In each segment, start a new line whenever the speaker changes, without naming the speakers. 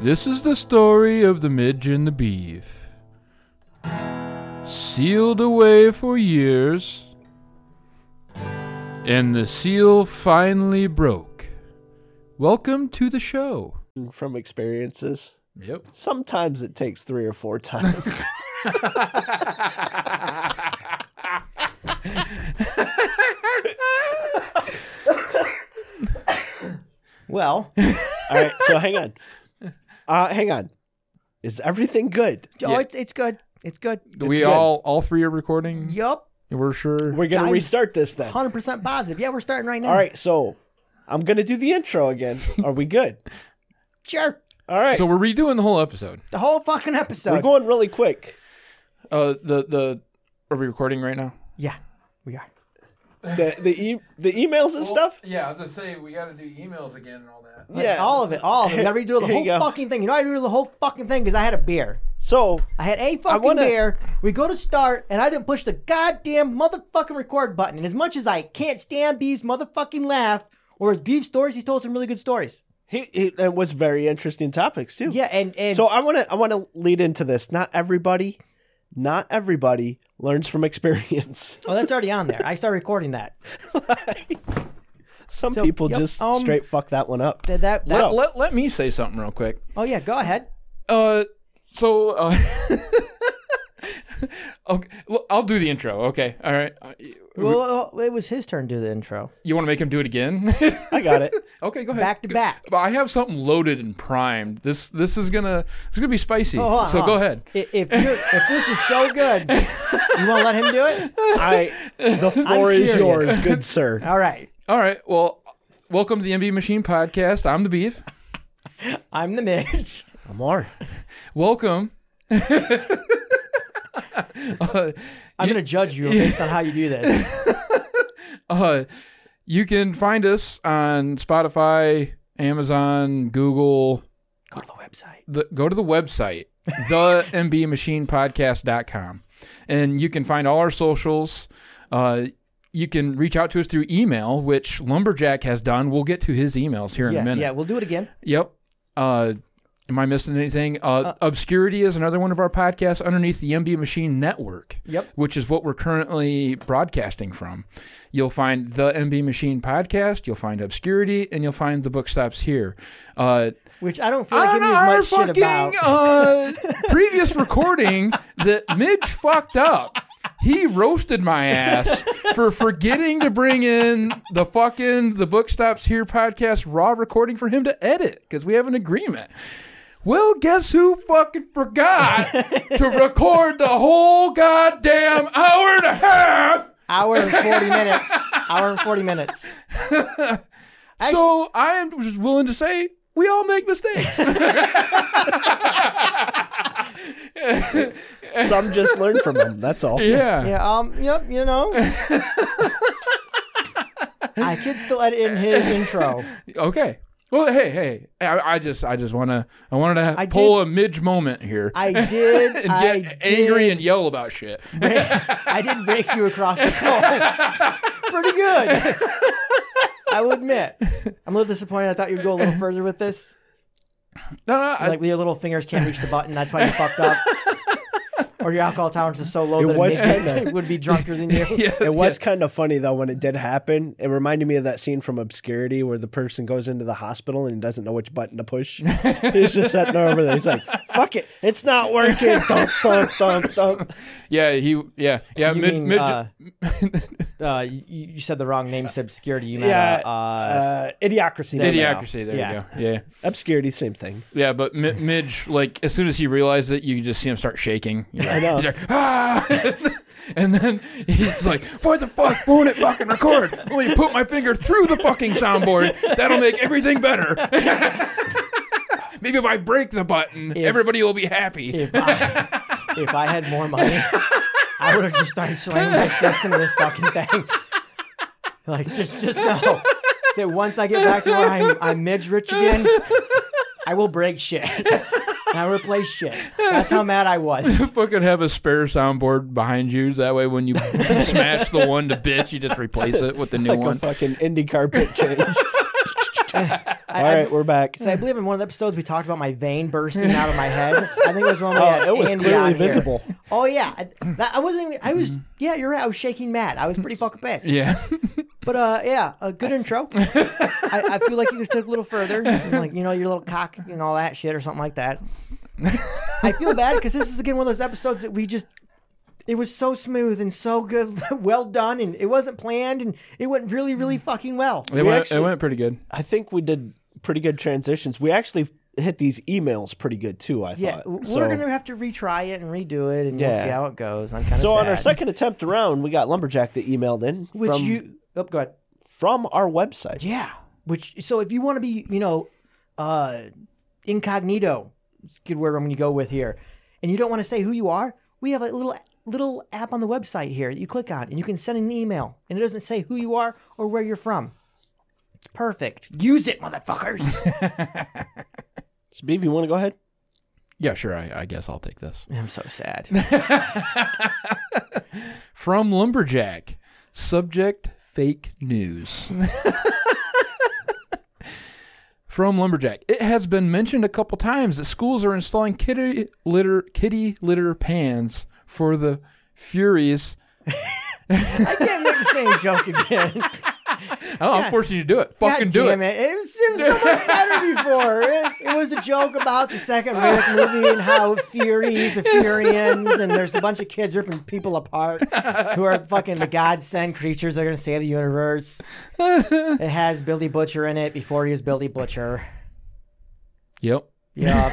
This is the story of the midge and the beef. Sealed away for years, and the seal finally broke. Welcome to the show.
from experiences.
Yep.
Sometimes it takes three or four times. well, all right. So hang on. Uh, hang on. Is everything good?
Oh,
Yeah.
it's, it's good. It's good.
we
good.
all all three are recording.
Yup.
We're sure.
We're gonna
Guys-
restart this then.
100% positive. Yeah, we're starting right now.
All right. So I'm gonna do the intro again. Are we good?
Sure.
All right.
so we're redoing the whole episode.
The whole fucking episode.
we're going really quick.
Uh, the the are we recording right now?
yeah, we are.
The the e- the
Oh.
emails and stuff.
Yeah, I was gonna say we got to do emails again and all that.
Yeah.
All of it. All of it. We gotta redo the
Here you
whole
go.
fucking thing. You know, I redo the whole fucking thing because I had a beer.
So
I had a fucking
wanna-
beer. We go to start, and I didn't push the goddamn motherfucking record button. And as much as I can't stand Beef's motherfucking laugh or his beef stories, he told some really good stories.
he, he it was very interesting topics too.
Yeah, and, and
So I want to I want to lead into this. Not everybody, not everybody learns from experience.
oh, that's already on there. I started recording that.
Some
So,
people
yep,
just
um,
straight fuck that one up.
Did that? that
Let, let let me say something real quick.
oh yeah, go ahead.
Uh, so uh, okay, look, I'll do the intro. Okay, all right. Uh, you-
Well, it was his turn to do the intro.
You want to make him do it again?
I got it.
okay, go ahead.
Back to back.
But I have something loaded and primed. This this is gonna it's gonna be spicy.
Oh, hold on,
so
hold
go
on.
ahead.
I- If you're, if this is so good, you want to let him do it?
I the floor is
curious.
yours, good sir.
All right.
All right. Well, welcome to the MB Machine Podcast. I'm the beef.
I'm the Midge.
Amar.
Welcome.
I'm gonna judge you based on how you do this.
Uh, you can find us on Spotify, Amazon, Google.
Go to the website.
the, go to the website the mbmachinepodcast.com and you can find all our socials uh, you can reach out to us through email which lumberjack has done we'll get to his emails here in a
Yeah,
minute
yeah. We'll do it again.
yep uh, am i missing anything uh, obscurity is another one of our podcasts underneath the mb machine network
Yep.
which is what we're currently broadcasting from. You'll find the MB Machine podcast, you'll find Obscurity, and you'll find the book stops here. Uh,
Which I don't feel like
on
giving
our
as much shit
fucking
about.
uh, previous recording that Midge fucked up. He roasted my ass for forgetting to bring in the fucking the book stops here podcast raw recording for him to edit because we have an agreement. Well, guess who fucking forgot to record the whole goddamn hour and a half?
Hour and forty minutes. Hour and forty minutes.
so I am just willing to say we all make mistakes.
Some just learn from them. That's all.
yeah.
Yeah. Um. Yep. You know. I could still edit in his intro.
Okay. Well, hey, hey, I, I just, I just want to, I wanted to
I
pull a midge moment here
I did.
and
I
get angry and yell about shit.
I did rake you across the coals. Pretty good. I will admit. I'm a little disappointed. I thought you'd go a little further with this.
No, no, I,
Like your little fingers can't reach the button. That's why you fucked up. Or your alcohol tolerance is so low
It
that
was
it made-
kinda-
would be drunker than you.
yeah,
It was kind of funny though when it did happen. It reminded me of that scene from Obscurity where the person goes into the hospital and doesn't know which button to push. He's just sitting over there. He's like, "Fuck it, it's not working." Thump, thump, thump, thump.
yeah, he, yeah, yeah,
You
mid,
mean,
midge,
uh, uh, you, you said the wrong name. You said obscurity. You meant
Yeah, uh,
uh, uh,
idiocracy. there we go.
idiocracy. There
Yeah.
you go. Yeah,
Obscurity, same thing.
yeah, but mid, midge, like as soon as he realized it, you just see him start shaking. You know?
I know.
He's like, ah! and then he's like, "Why the fuck won't it fucking record? Let me put my finger through the fucking soundboard. That'll make everything better." Maybe if I break the button, everybody will be happy.
if, I, if I had more money, I would have just started slamming my fist into this fucking thing. Like, just, just know that once I get back to where I'm, I'm Midge Rich again, I will break shit. I will replace shit. That's how mad I was.
fucking have a spare soundboard behind you. That way, when you smash the one to bits, you just replace it with the new
Like a
one.
fucking IndyCar pit change.
I,
All
I-
right, we're back.
so I believe in one of the episodes we talked about my vein bursting out of my head. I think it was one. we
Oh,
had
it was
Andy
clearly
on here.
visible.
Oh yeah, I, that, I wasn't. Even, I was. Yeah, you're right. I was shaking mad. I was pretty fucking pissed.
Yeah.
But uh, yeah, a good intro. I, I feel like you could have took it a little further, like you know your little cock and all that shit or something like that. I feel bad because this is again one of those episodes that we just. It was so smooth and so good, well done, and it wasn't planned, and it went really,
Mm.
really fucking well.
It went,
actually-
it went pretty good.
I think we did pretty good transitions. We actually hit these emails pretty good too. I
Yeah,
thought.
w-
So-
we're gonna have to retry it and redo it, and we'll
Yeah.
see how it goes. I'm kind of
So on our second attempt around, we got lumberjack that emailed in
which
from
you oh, go ahead.
from our website.
Yeah. Which so if you want to be, you know, uh incognito, it's a good word I'm going to go with here. And you don't want to say who you are, we have a little little app on the website here that you click on and you can send an email and it doesn't say who you are or where you're from. It's perfect. Use it, motherfuckers.
So Beav, you want to go ahead?
Yeah, sure. I, I guess I'll take this.
I'm so sad.
From Lumberjack. Subject fake news. From Lumberjack. It has been mentioned a couple times that schools are installing kitty litter kitty litter pans for the Furies.
I can't make the same joke again.
Oh, I'm forcing you to do it. Fucking
God
do
damn
it.
it. It was, it was so much better before. It, it was a joke about the second Riddick movie and how Furies, the Furians, and there's a bunch of kids ripping people apart who are fucking the godsend creatures that are going to save the universe. It has Billy Butcher in it before he was Billy Butcher.
Yep.
Yup.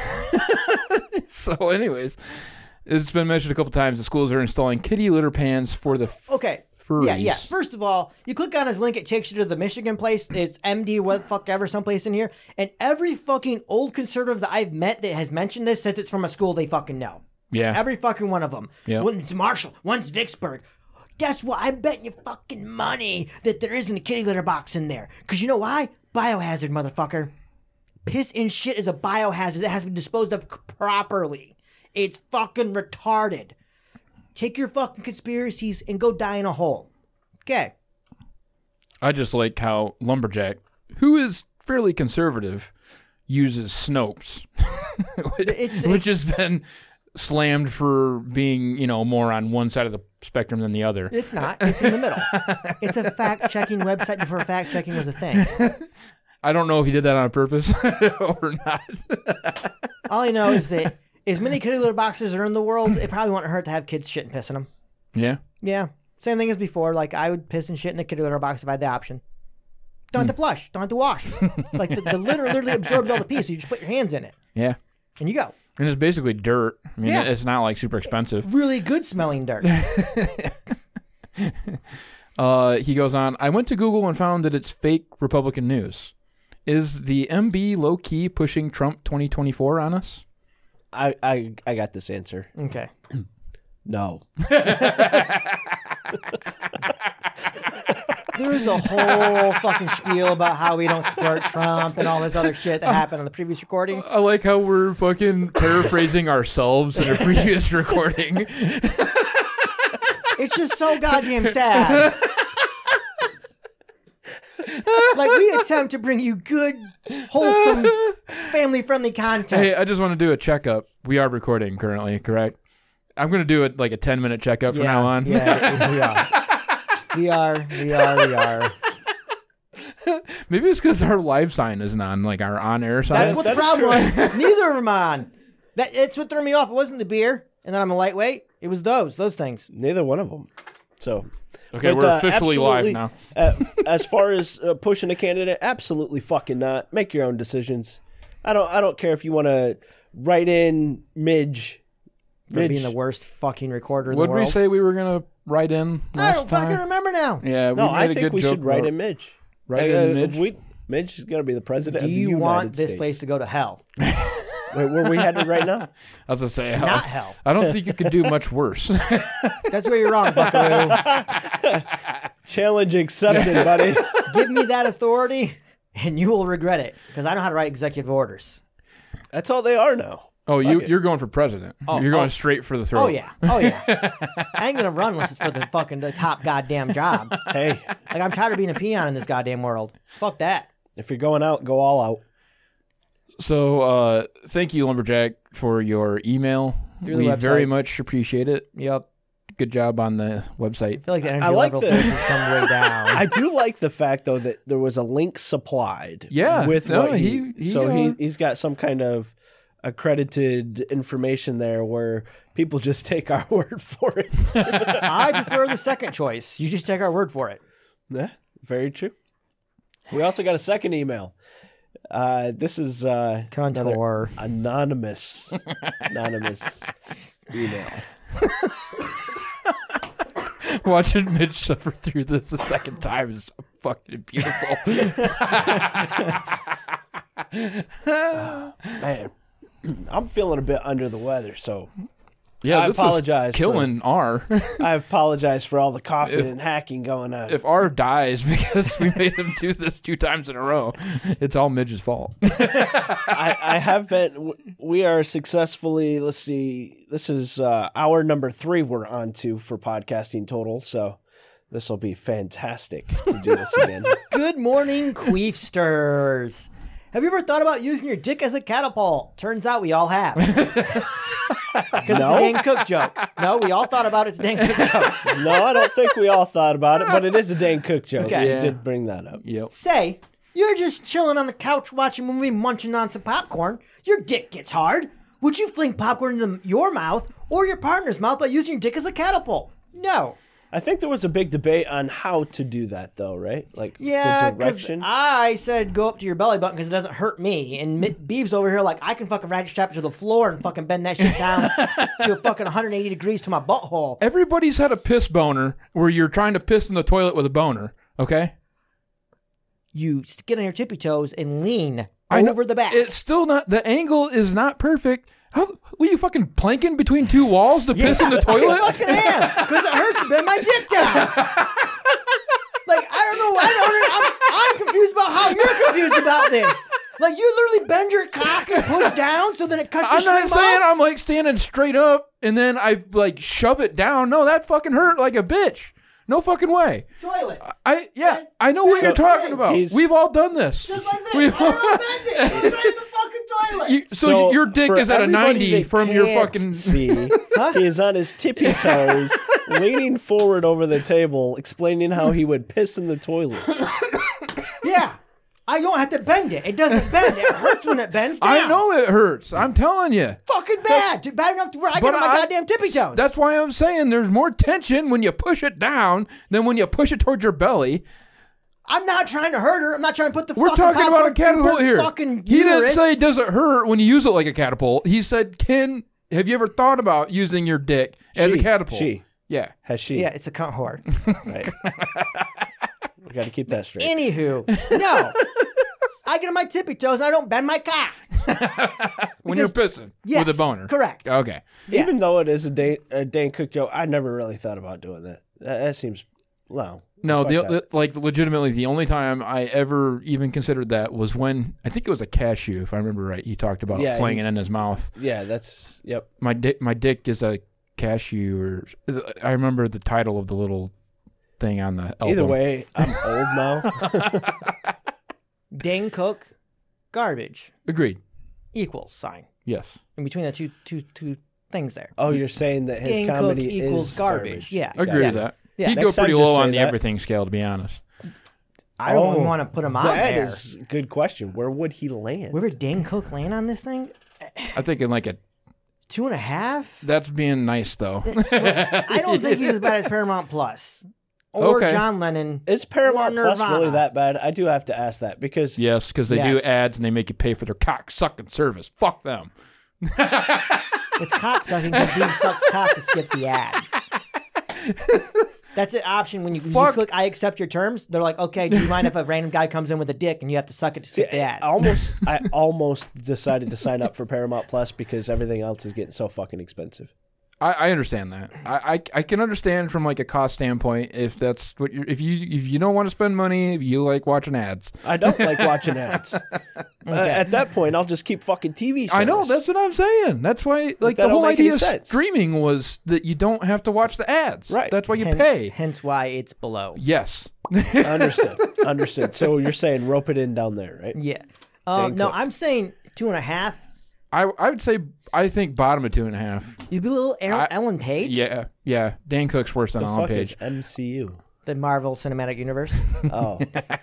So, anyways, it's been mentioned a couple times that schools are installing kitty litter pans for the
Okay. Yeah, yeah.
Furries.
First of all, you click on his link, it takes you to the Michigan place. It's MD, what the fuck ever, someplace in here. And every fucking old conservative that I've met that has mentioned this says it's from a school they fucking know.
yeah.
Every fucking one of them.
Yeah.
One's Marshall, one's Vicksburg. Guess what? I'm betting you fucking money that there isn't a kitty litter box in there. Because you know why? Biohazard, motherfucker. Piss and shit is a biohazard that has to be disposed of c- properly. It's fucking retarded. Take your fucking conspiracies and go die in a hole. Okay.
I just like how Lumberjack, who is fairly conservative, uses Snopes,
It's-
which has been slammed for being, you know, more on one side of the spectrum than the other.
It's not. It's in the middle. It's a fact checking website before fact checking was a thing.
I don't know if he did that on purpose or not.
All I know is that as many kitty litter boxes are in the world, it probably wouldn't hurt to have kids shit and piss in them.
Yeah.
Yeah. Same thing as before. Like I would piss and shit in the kitty litter box if I had the option. Don't have to flush. Don't have to wash. like the, the litter literally absorbs all the pee, so you just put your hands in it
Yeah.
and you go.
And it's basically dirt. I mean,
Yeah.
it's not like super expensive.
Really good smelling dirt.
Uh, he goes on, I went to Google and found that it's fake Republican news. Is the MB low key pushing Trump 2024 on us?
I I, I got this answer.
Okay.
No.
There's a whole fucking spiel about how we don't support Trump and all this other shit that happened on the previous recording.
I like how we're fucking paraphrasing ourselves in a previous recording.
It's just so goddamn sad. like we attempt to bring you good, wholesome, family-friendly content.
Hey, I just want to do a checkup. We are recording currently, correct? I'm gonna do it like a 10 minute checkup from now on.
Yeah, we are. We are, we are, we are.
Maybe it's because our live sign isn't on, like our on air sign.
That's what the
That's
problem was.
true.
Neither of them on. That, that's what threw me off. It wasn't the beer, and then I'm a lightweight. It was those, those things.
Neither one of them. So.
okay,
but,
we're
uh,
officially live
absolutely,
now.
uh, as far as uh, pushing a candidate, absolutely fucking not. Make your own decisions. I don't. I don't care if you want to write in Midge.
For
Midge.
being the worst fucking recorder in
Would
the world.
we say we were gonna write in
I
last
don't
time?
fucking remember now.
Yeah, we
no,
made
I
a
think
good
we
joke
should write
about-
in Midge.
Write
Like,
in
uh,
Midge.
We, Midge is going to be the president
Do
of the
you
United
want this
States.
place to go to hell?
Wait, where we headed right now?
I was gonna say, I-
Not hell.
I don't think you could do much worse.
That's where you're wrong, Buckaroo.
Challenge accepted, buddy.
Give me that authority, and you will regret it because I know how to write executive orders.
That's all they are now.
oh, you
it.
you're going for president. you're going
oh.
straight for the throne.
Oh yeah, oh yeah. I ain't gonna run unless it's for the fucking the top goddamn job. Like
Hey,
I'm tired of being a peon in this goddamn world. Fuck that.
if you're going out, go all out.
So uh, thank you, Lumberjack, for your email.
Through the
we
website.
very much appreciate it.
Yep.
Good job on the website.
I feel like the energy
like
level
the-
this. has come way down.
I do like the fact though that there was a link supplied.
Yeah,
with
no,
what he,
he- he,
so he
uh,
he's got some kind of accredited information there where people just take our word for it.
I prefer the second choice. You just take our word for it.
yeah, very true. We also got a second email. Uh, this is uh, another
Contour.
anonymous anonymous email.
Watching Mitch suffer through this the second time is fucking beautiful.
Man, I'm feeling a bit under the weather, so
yeah,
I
this
apologize
is
for-
killing R.
I apologize for all the coughing and hacking going on.
if R dies because we made him do this two times in a row, it's all Midge's fault.
I, I have been. w- We are successfully. Let's see. This is uh, hour number three we're on to for podcasting total. So this will be fantastic to do this again.
Good morning, queefsters. Have you ever thought about using your dick as a catapult? Turns out we all have. Because it's a
No.
Dan Cook joke. No, we all thought about it. It's a Dan Cook joke.
no, I don't think we all thought about it, but it is a Dan Cook joke.
Okay.
You
Yeah.
did bring that up.
Yep.
Say, you're just chilling on the couch watching a movie, munching on some popcorn. Your dick gets hard. Would you fling popcorn into your mouth or your partner's mouth by using your dick as a catapult? No.
I think there was a big debate on how to do that, though, right? Like
Yeah,
the
because
direction.
I said go up to your belly button because it doesn't hurt me. And Mi- Beeves over here like I can fucking ratchet strap it to the floor and fucking bend that shit down to fucking 180 degrees to my butthole.
Everybody's had a piss boner where you're trying to piss in the toilet with a boner. Okay.
You s- get on your tippy toes and lean
I know-
over the back.
It's still not the angle is not perfect. How were you fucking planking between two walls to piss in the
I
toilet?
fucking am because it hurts to bend my dick down. Like I don't know. I don't. I'm, I'm confused about how you're confused about this. Like you literally bend your cock and push down so then it cuts your
I'm not
stream
saying
off.
I'm like standing straight up and then I like shove it down. No, that fucking hurt like a bitch. No fucking way.
Toilet.
I yeah, I know what you're talking about.
he's-
We've all done this.
Just like this.
We-
I don't bend it. It's right in the fucking toilet.
You- so, your dick
for
is at a
everybody
90
that
from your
can't
fucking
see. He is on his tippy toes, leaning forward over the table, explaining how he would piss in the toilet.
Yeah. I don't have to bend it. It doesn't bend. It hurts when it bends down.
I know it hurts. I'm telling you.
Fucking bad. Dude, bad enough to where I get on my
I-
goddamn tippy toes.
That's why I'm saying there's more tension when you push it down than when you push it towards your belly.
I'm not trying to hurt her. I'm not trying to put the
We're
fucking
talking about a
popcorn through
catapult
her
here.
Fucking
he didn't
uterus.
say does it hurt when you use it like a catapult. He said, "Can have you ever thought about using your dick as a
She-
catapult?"
She
Yeah.
has she.
Yeah, it's a cunt whore.
Right. we got to keep that straight.
Anywho, no. I get on my tippy toes and I don't bend my cock.
When
Because-
you're pissing
Yes,
with a boner.
correct.
Okay.
Even though it is a Dan, a Dan Cook joke, I never really thought about doing that. That, that seems low.
No,
Fuck
the,
that.
like legitimately, the only time I ever even considered that was when I think it was a cashew, if I remember right. He talked about
Yeah,
flinging
he-
in his mouth.
Yeah, that's yep.
my dick my dick is a cashew or I remember the title of the little thing on the album.
Either way, I'm old now.
Dane Cook, garbage,
agreed.
equals sign.
Yes.
In between the two, two, two things there.
Oh, you're saying that his
Dane Cook
comedy
equals
is
garbage. Yeah.
Agree
Yeah.
with that.
Yeah,
He'd go
next time
pretty
just
low on
say
the
that.
everything scale to be honest.
I don't
Oh,
want to put him on
That
there.
is a good question. Where would he land?
Where would Dane Cook land on this thing?
I think in like a
Two and a half?
that's being nice though.
I don't think he's as bad as Paramount Plus or
Okay.
John Lennon.
Is Paramount
Or
Plus
Nirvana.
really that bad? I do have to ask that because
yes, because they
Yes.
do ads and they make you pay for their cock sucking service. Fuck them.
It's cock sucking because Beam sucks cock to skip the ads. That's an option when you, when you
Fuck.
click I accept your terms. They're like, okay, do you mind if a random guy comes in with a dick and you have to suck it to skip the
I
ads?
almost I almost decided to sign up for Paramount Plus because everything else is getting so fucking expensive.
I, I understand that. I, I I can understand from like a cost standpoint if that's what you're if you if you don't want to spend money, you like watching ads.
I don't like watching ads. Uh, at that point, I'll just keep fucking TV. Service.
I know that's what I'm saying. That's why, like,
that
the
don't
whole
make any
idea of
sense.
streaming was that you don't have to watch the ads.
Right.
That's why you
hence,
pay.
hence why it's below.
Yes.
understood. Understood. So you're saying rope it in down there, right?
Yeah. Um, no,
Cook.
I'm saying two and a half.
I I would say I think bottom of two and a half.
You'd be a little Aaron,
I-
Ellen Page
Yeah, yeah. Dan Cook's worse than
The
Alan
fuck
Page.
is MCU?
the Marvel Cinematic Universe.
Oh. Gotcha.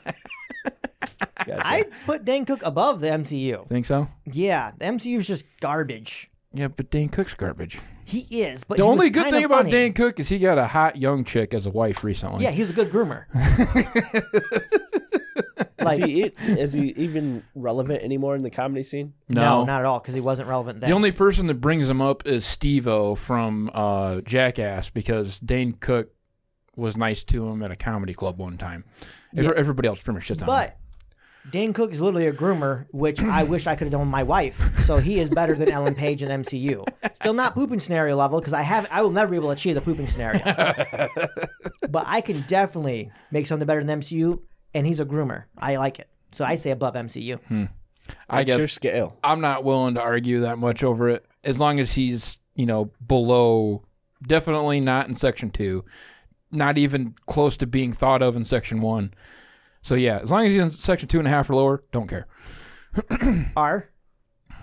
I put Dan Cook above the MCU.
Think so?
Yeah, the MCU is just garbage.
Yeah, but Dan Cook's garbage.
He is, but
The
he was
only good
kinda
thing about
funny.
Dan Cook is he got a hot young chick as a wife recently.
yeah, he's a good groomer.
is,
like
he, e- is he even relevant anymore in the comedy scene?
No.
not at all, because he wasn't relevant then.
the only person that brings him up is Steve-O from uh, Jackass because Dane Cook was nice to him at a comedy club one time. Ev- Everybody else pretty much shits on him.
but Dan Cook is literally a groomer, which I wish I could have done with my wife. So he is better than Ellen Page in MCU. Still not pooping scenario level because I have I will never be able to achieve the pooping scenario. but I can definitely make something better than MCU, and he's a groomer. I like it. So I say above MCU.
Hmm.
I
What's
guess
your scale.
I'm not willing to argue that much over it as long as he's, you know, below definitely not in section 2, not even close to being thought of in section 1. So yeah, as long as he's in section two and a half or lower, don't care.
R. Do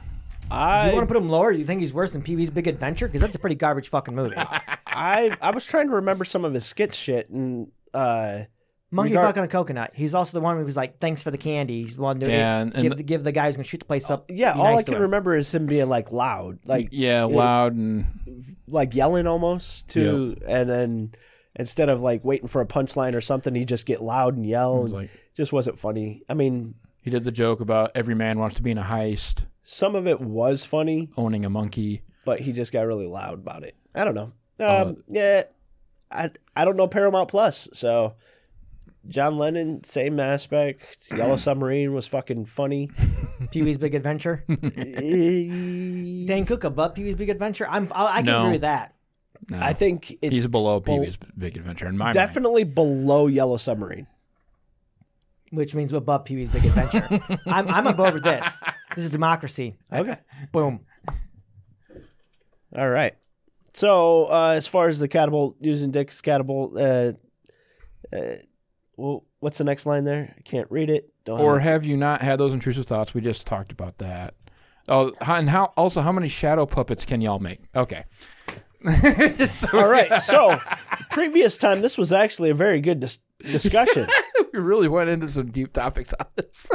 I,
you want to put him lower? Do you think he's worse than Pee Wee's Big Adventure? Because that's a pretty garbage fucking movie.
I I was trying to remember some of his skit shit and uh
Monkey
Regard-
fucking a coconut. He's also the one who was like, "Thanks for the candy." He's the one doing
Yeah, and-
give
and-
the, give the guy who's gonna shoot the place up.
yeah,
be
all
nice
I
to
can
him.
remember is him being like loud, like
Yeah, loud and
like yelling almost to and then instead of like waiting for a punchline or something, he'd just get loud and yell and
like-
just wasn't funny. I mean,
he did the joke about every man wants to be in a heist,
some of it was funny,
owning a monkey.
but he just got really loud about it. I don't know. Um,
Uh,
yeah, I I don't know Paramount Plus, so John Lennon, same aspect. Yellow Submarine was fucking funny.
Pee Wee's Big Adventure.
Eh,
Dan Cook above Pee Wee's Big Adventure. I'm I, I can
No.
agree with that.
No,
I think it's
he's below Pee Wee's Big Adventure in my mind.
definitely below Yellow Submarine.
Which means above Pee Wee's Big Adventure. I'm I'm above this. This is democracy.
Okay.
Boom.
All right. So uh, as far as the catapult using Dick's catapult, uh, uh, well, what's the next line there? I can't read it. Don't
Or
have
have you not had those intrusive thoughts? We just talked about that. Oh, how- and how also how many shadow puppets can y'all make? Okay. so
it. All right. So previous time, this was actually a very good dis- discussion.
we really went into some deep topics on this.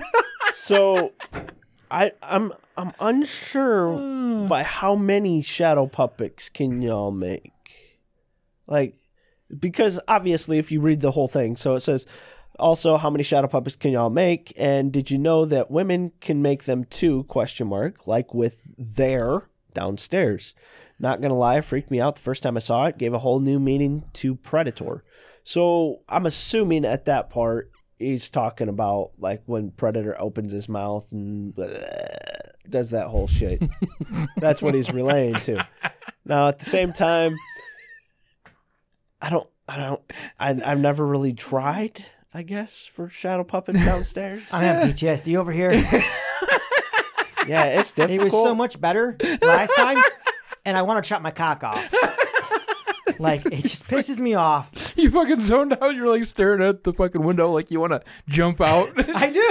so I I'm I'm unsure by how many shadow puppets can y'all make. Like because obviously if you read the whole thing, so it says also how many shadow puppets can y'all make and did you know that women can make them too question mark like with their downstairs not gonna lie freaked me out the first time i saw it gave a whole new meaning to predator so i'm assuming at that part he's talking about like when Predator opens his mouth and does that whole shit. That's what he's relaying to. Now at the same time, I don't, I don't, I, I've never really tried. I guess for shadow puppets downstairs.
I have PTSD over here. It
yeah, it's difficult.
was so much better last time, and I want to chop my cock off. Like it just pisses me off.
you fucking zoned out. You're like staring at the fucking window like you want to jump out.
I do.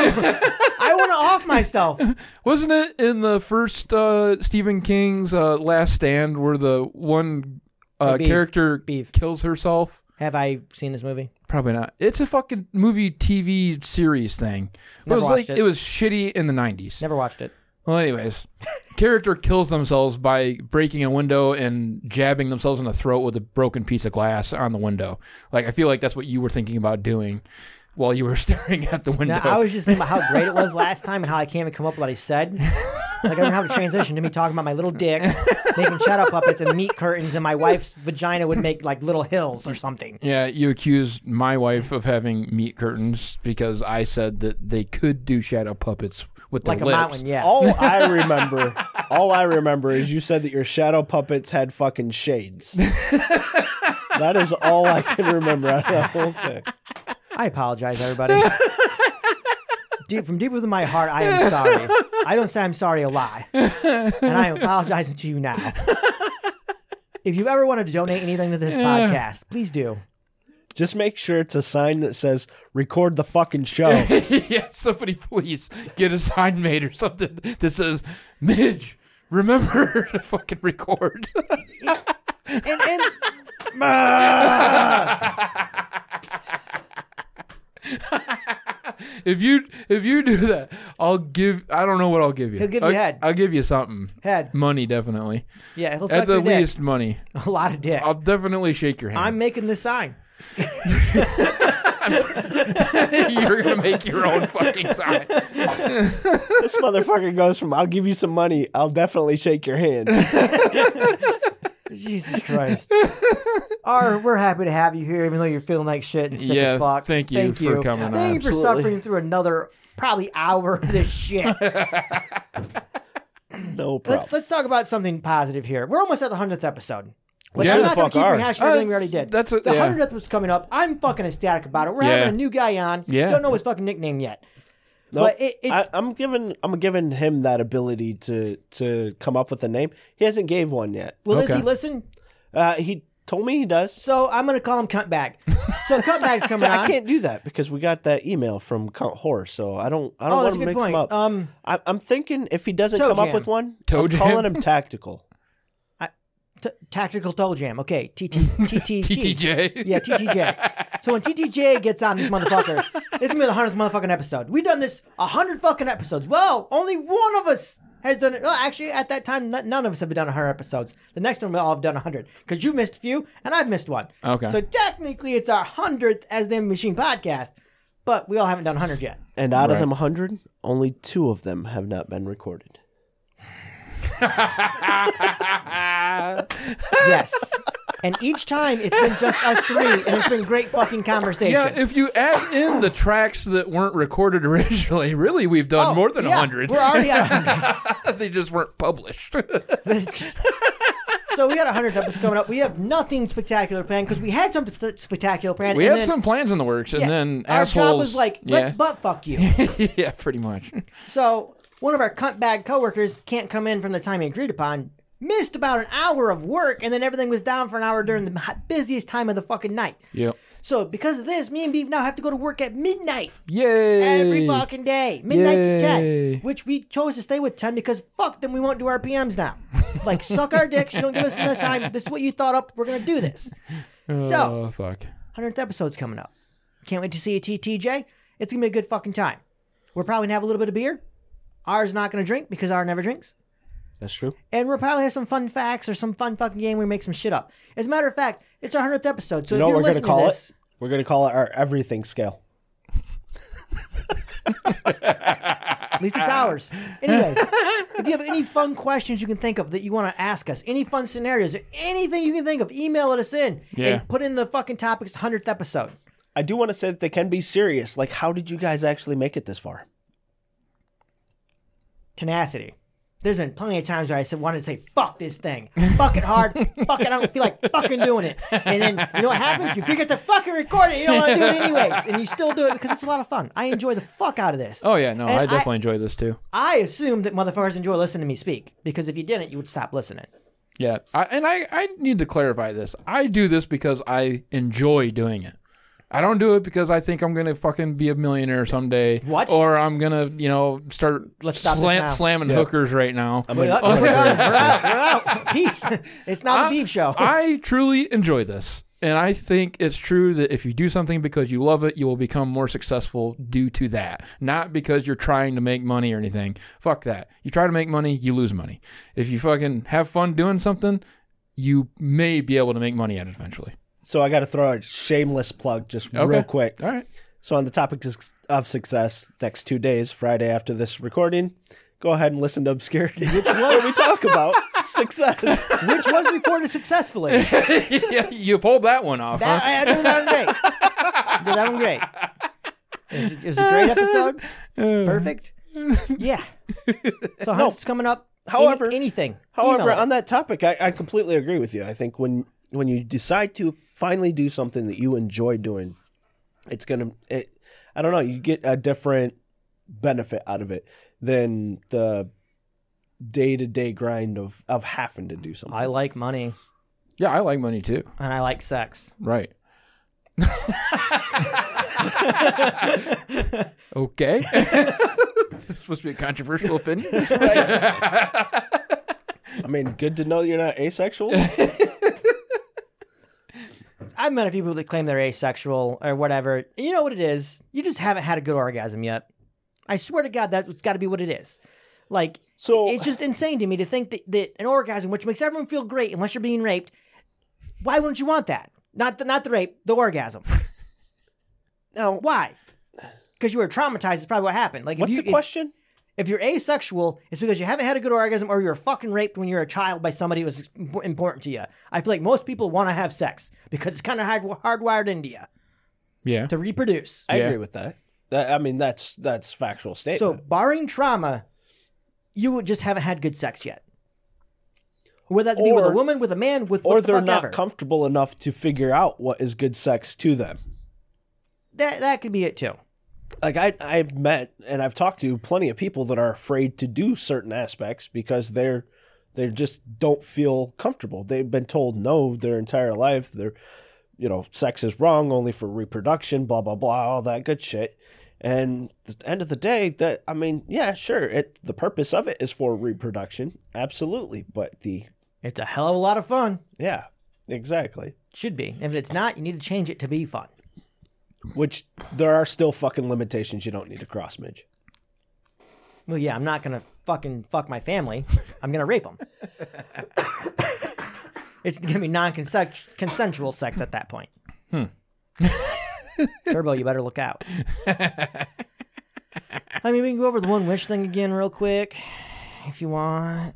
I want to off myself.
Wasn't it in the first uh, Stephen King's uh, Last Stand where the one uh,
Beef.
character
Beef.
kills herself?
Have I seen this movie?
Probably not. It's a fucking movie TV series thing. But it
Never
was like
watched it.
it was shitty in the 90s.
Never watched it.
Well, anyways, character kills themselves by breaking a window and jabbing themselves in the throat with a broken piece of glass on the window. Like I feel like that's what you were thinking about doing while you were staring at the window.
Now, I was just thinking about how great it was last time and how I can't even come up with what I said. Like, I don't know how to transition to me talking about my little dick, making shadow puppets and meat curtains, and my wife's vagina would make like little hills or something.
yeah, you accused my wife of having meat curtains because I said that they could do shadow puppets with
Like
their
a
lips.
mountain, yeah.
all I remember, all I remember is you said that your shadow puppets had fucking shades. that is all I can remember out of that whole thing.
I apologize, everybody. Deep, from deep within my heart, I am sorry. I don't say I'm sorry a lot. And I am apologizing to you now. If you ever wanted to donate anything to this podcast, please do.
Just make sure it's a sign that says "Record the fucking show."
yeah, somebody please get a sign made or something that says, Midge, remember to fucking record.
And, and
if you if you do that, I'll give I don't know what I'll give you.
He'll give you
I'll,
head.
I'll give you something.
head.
Money definitely.
Yeah, he'll
At
suck
the
your dick.
least money.
A lot of dick.
I'll definitely shake your hand.
I'm making this sign.
You're gonna make your own fucking sign.
this motherfucker goes from "I'll give you some money," "I'll definitely shake your hand."
Jesus Christ. Ar, we're happy to have you here, even though you're feeling like shit and sick
Yeah,
as fuck.
thank you for coming
Thank
on.
you for suffering through another probably hour of this shit.
No problem.
let's let's talk about something positive here. We're almost at the hundredth episode. Like,
Yeah,
I'm
the
not gonna
fuck
keep
are.
rehashing everything we already
Uh,
did.
that's a-
the
yeah.
hundredth was coming up. I'm fucking ecstatic about it. We're
Yeah.
having a new guy on.
Yeah.
Don't know his fucking nickname yet.
Nope.
But it, it's
I, I'm giving I'm giving him that ability to to come up with a name. He hasn't gave one yet.
will
okay.
Izzy listen?
Uh, he told me he does.
So I'm gonna call him Cuntbag. So Cuntbag's coming
So
on.
I can't do that because we got that email from Count Horse, so I don't I don't
oh,
want
that's a
to
good
mix
point.
him up.
Um,
I, I'm thinking if he doesn't
Toe
come
jam.
up with one,
Toe
I'm
jam.
calling him tactical.
t- tactical toe jam. Okay, TT TTT.
TTJ.
Yeah, TTJ. So when TTJ gets on this motherfucker, this is gonna be the hundredth motherfucking episode. We've done this a hundred fucking episodes. Well, only one of us has done it. Well, actually, at that time, n- none of us have done hundred episodes. The next one, we'll all have done hundred because you missed a few and I've missed one.
Okay.
So technically, it's our hundredth as the Machine podcast, but we all haven't done hundred yet.
And out
Right.
of them 100, only two of them have not been recorded.
Yes. And each time it's been just us three, and it's been great fucking conversation.
Yeah, if you add in the tracks that weren't recorded originally, really we've done
Oh,
more than a
yeah,
100.
We're already at 100.
they just weren't published.
so we got a hundredth episode coming up. We have nothing spectacular planned because we had something sp- spectacular planned.
we
and
had
then,
some plans in the works, and
yeah,
then
our
assholes.
job was like,
yeah.
let's butt fuck you.
yeah, pretty much.
so one of our cunt bag coworkers can't come in from the time he agreed upon. Missed about an hour of work, and then everything was down for an hour during the hot- busiest time of the fucking night.
Yep.
So because of this, me and Beef now have to go to work at midnight
Yay!
every fucking day, midnight to
Yay.
ten. Which we chose to stay with ten because fuck them, we won't do our PMs now. Like suck our dicks, you don't give us enough time. This is what you thought up. We're gonna do this. So
Uh.
Oh fuck!
hundredth episode's coming up. Can't wait to see you, TTJ. It's gonna be a good fucking time. We're probably gonna have a little bit of beer. R's not gonna drink because R never drinks.
That's true.
And we'll probably have some fun facts or some fun fucking game where we make some shit up. As a matter of fact, it's our hundredth episode, so
You
if
know
you're
what we're going to
listening
call
to this,
it? We're going to call it our everything scale.
At least it's
Ah.
ours. Anyways, if you have any fun questions you can think of that you want to ask us, any fun scenarios, anything you can think of, email it us in
Yeah.
and put in the fucking topics 100th episode.
I do want to say that they can be serious. Like, how did you guys actually make it this far?
Tenacity. There's been plenty of times where I said, wanted to say, fuck this thing. Fuck it hard. fuck it. I don't feel like fucking doing it. And then you know what happens? You forget to fucking record it. You don't want to do it anyways. And you still do it because it's a lot of fun. I enjoy the fuck out of this.
Oh yeah, no,
And
I definitely enjoy this too.
I assume that motherfuckers enjoy listening to me speak because if you didn't, you would stop listening.
Yeah, I, and I I need to clarify this. I do this because I enjoy doing it. I don't do it because I think I'm gonna fucking be a millionaire someday.
What?
Or I'm gonna you know start
Let's stop this now.
slant, slamming hookers right now.
I'm gonna-
We're
I'm
done. uh, We're
gonna-
out. We're out. Peace. It's not a beef show.
I truly enjoy this. And I think it's true that if you do something because you love it, you will become more successful due to that. Not because you're trying to make money or anything. Fuck that. You try to make money, you lose money. If you fucking have fun doing something, you may be able to make money at it eventually.
So I got to throw a shameless plug just
Okay.
real quick.
All right.
So, on the topic of success, next two days, Friday after this recording, go ahead and listen to Obscurity, which where we talk about success.
Which was recorded successfully. That,
yeah, you pulled that one off. huh?
I, I did that one great. I did that one great. It was, it was a great episode. Perfect. Yeah. So no. coming up. Any-
However-
anything.
However,
Email it.
on that topic, I, I completely agree with you. I think when when you decide to finally do something that you enjoy doing, it's gonna. It, I don't know. You get a different benefit out of it than the day to day grind of of having to do something.
I like money
Yeah, I like money too.
and I like sex.
Right. Okay. this is supposed to be a controversial opinion.
I mean, good to know you're not asexual.
I've met a few people that claim they're asexual or whatever. And you know what it is? You just haven't had a good orgasm yet. I swear to God, that's got to be what it is. Like,
So-
it's just insane to me to think that, that an orgasm, which makes everyone feel great, unless you're being raped, why wouldn't you want that? Not the, not the rape, the orgasm.
Now,
Why? Because you were traumatized. Is probably what happened. Like, if
what's
you,
the question?
If, if you're asexual, it's because you haven't had a good orgasm, or you were fucking raped when you were a child by somebody who was imp- important to you. I feel like most people want to have sex because it's kind of hard, hardwired into you
Yeah.
to reproduce.
I
Yeah.
agree with that. that. I mean, that's that's factual
So,
statement.
barring trauma, you would just haven't had good sex yet. Whether that be with a
Or-
woman, with a man, with what
or
the
they're
fuck
not
ever.
comfortable enough to figure out what is good sex to them.
that that could be it too.
Like I, I've met and I've talked to plenty of people that are afraid to do certain aspects because they're they just don't feel comfortable. They've been told no their entire life. They're you know, sex is wrong only for reproduction, blah blah blah, all that good shit. And at the end of the day, that I mean, yeah, sure, it the purpose of it is for reproduction, absolutely. But the
It's a hell of a lot of fun.
yeah, exactly.
Should be. If it's not, you need to change it to be fun.
Which there are still fucking limitations you don't need to cross, Midge.
Well, yeah, I'm not gonna fucking fuck my family. I'm gonna rape them. it's gonna be non-consensual sex at that point.
Hmm.
Turbo, you better look out. I mean, we can go over the one wish thing again real quick, if you want.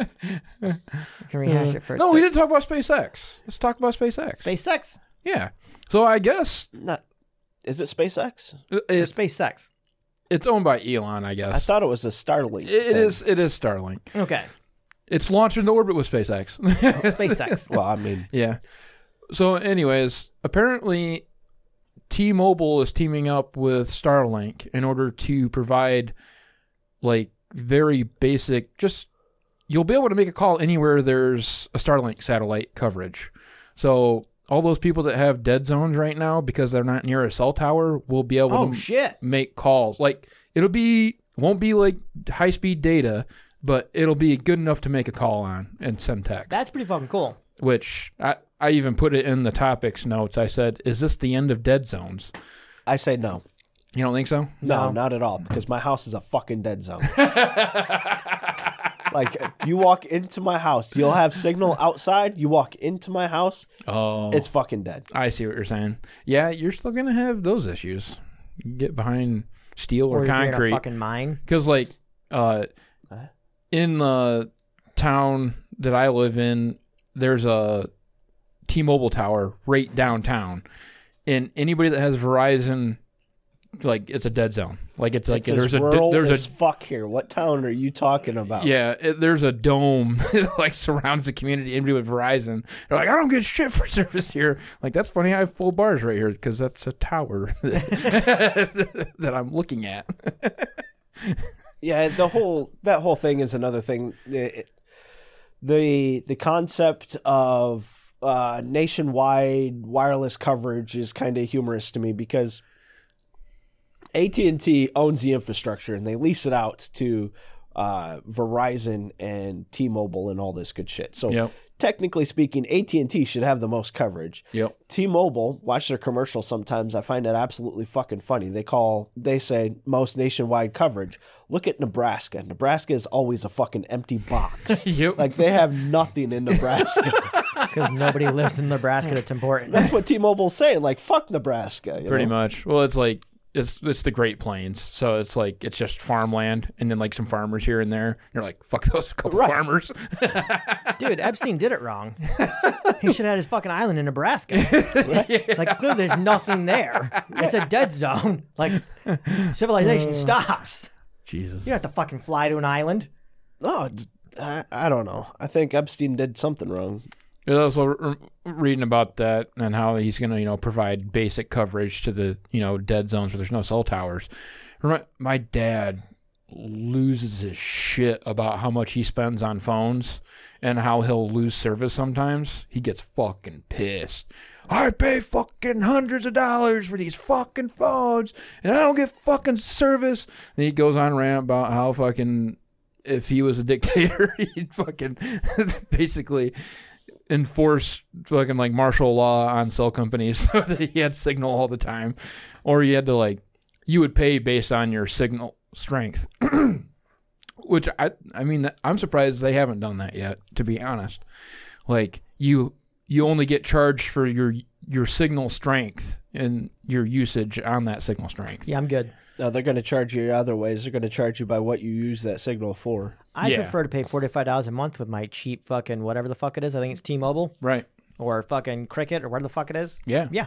we can rehash it for
No, we didn't talk about SpaceX. Let's talk about SpaceX.
space sex.
Yeah. So I guess
Not is it SpaceX?
it's
Space sex.
it's owned by Elon. I
I
guess
thought it was a Starlink.
It- it
thing.
is. It is Starlink.
Okay,
It's launched into orbit with SpaceX.
space sex.
Well, I mean,
Yeah. So, anyways, apparently T Mobile is teaming up with Starlink in order to provide like very basic, just you'll be able to make a call anywhere there's a Starlink satellite coverage. So, all those people that have dead zones right now because they're not near a cell tower will be able
Oh
to
shit!
make calls. Like, it'll be, won't be like high speed data, but it'll be good enough to make a call on and send text
That's pretty fucking cool.
which I, I even put it in the topics notes. I said, "Is this the end of dead zones?"
I say no.
You don't think so?
No, not at all, because my house is a fucking dead zone. like, you walk into my house, you'll have signal outside. You walk into my house,
Oh,
it's fucking dead.
I see what you're saying. Yeah, you're still gonna have those issues. You get behind steel or,
if you're in a
concrete
fucking mine.
because, like, uh, in the town that I live in, there's a T-Mobile tower right downtown, and anybody that has Verizon, like, it's a dead zone. Like, it's like
it's
there's
as
a
rural
there's a
as fuck here. What town are you talking about?
Yeah, it, there's a dome that like surrounds the community. Anybody with Verizon, they're like, I don't get shit for service here. Like that's funny. I have full bars right here because that's a tower that, that I'm looking at.
Yeah, the whole that whole thing is another thing. It- the the concept of uh, nationwide wireless coverage is kind of humorous to me because AT and T owns the infrastructure and they lease it out to uh, Verizon and T Mobile and all this good shit. So
Yep.
technically speaking, AT and T should have the most coverage.
Yep.
T-Mobile, watch their commercials sometimes. I find that absolutely fucking funny. They call, they say most nationwide coverage. Look at Nebraska. Nebraska is always a fucking empty box.
Yep.
like they have nothing in Nebraska.
because nobody lives in Nebraska that's important.
That's what T-Mobile's saying. Like fuck Nebraska. you
Pretty
know?
much. Well, it's like it's it's the Great Plains, so it's like it's just farmland and then like some farmers here and there. And you're like, fuck those couple
Right.
farmers.
Dude, Epstein did it wrong. He should have had his fucking island in Nebraska. Like, clearly there's nothing there. It's a dead zone. Like, civilization
Uh.
stops.
Jesus.
You don't have to fucking fly to an island.
No, it's- I, I don't know. I think Epstein did something wrong.
I was also re- reading about that and how he's going to, you know, provide basic coverage to the, you know, dead zones where there's no cell towers. Remi- My dad loses his shit about how much he spends on phones and how he'll lose service sometimes. He gets fucking pissed. I pay fucking hundreds of dollars for these fucking phones and I don't get fucking service. And he goes on rant about how fucking if he was a dictator, he'd fucking basically enforce fucking like martial law on cell companies so that he had signal all the time, or you had to like you would pay based on your signal strength. Which I I mean I'm surprised they haven't done that yet. To be honest, like you you only get charged for your your signal strength and your usage on that signal strength.
Yeah, I'm good.
No, they're going to charge you other ways. They're going to charge you by what you use that signal for.
I
Yeah.
prefer to pay forty five dollars a month with my cheap fucking whatever the fuck it is. I think it's T Mobile
Right.
or fucking Cricket or whatever the fuck it is.
Yeah.
Yeah.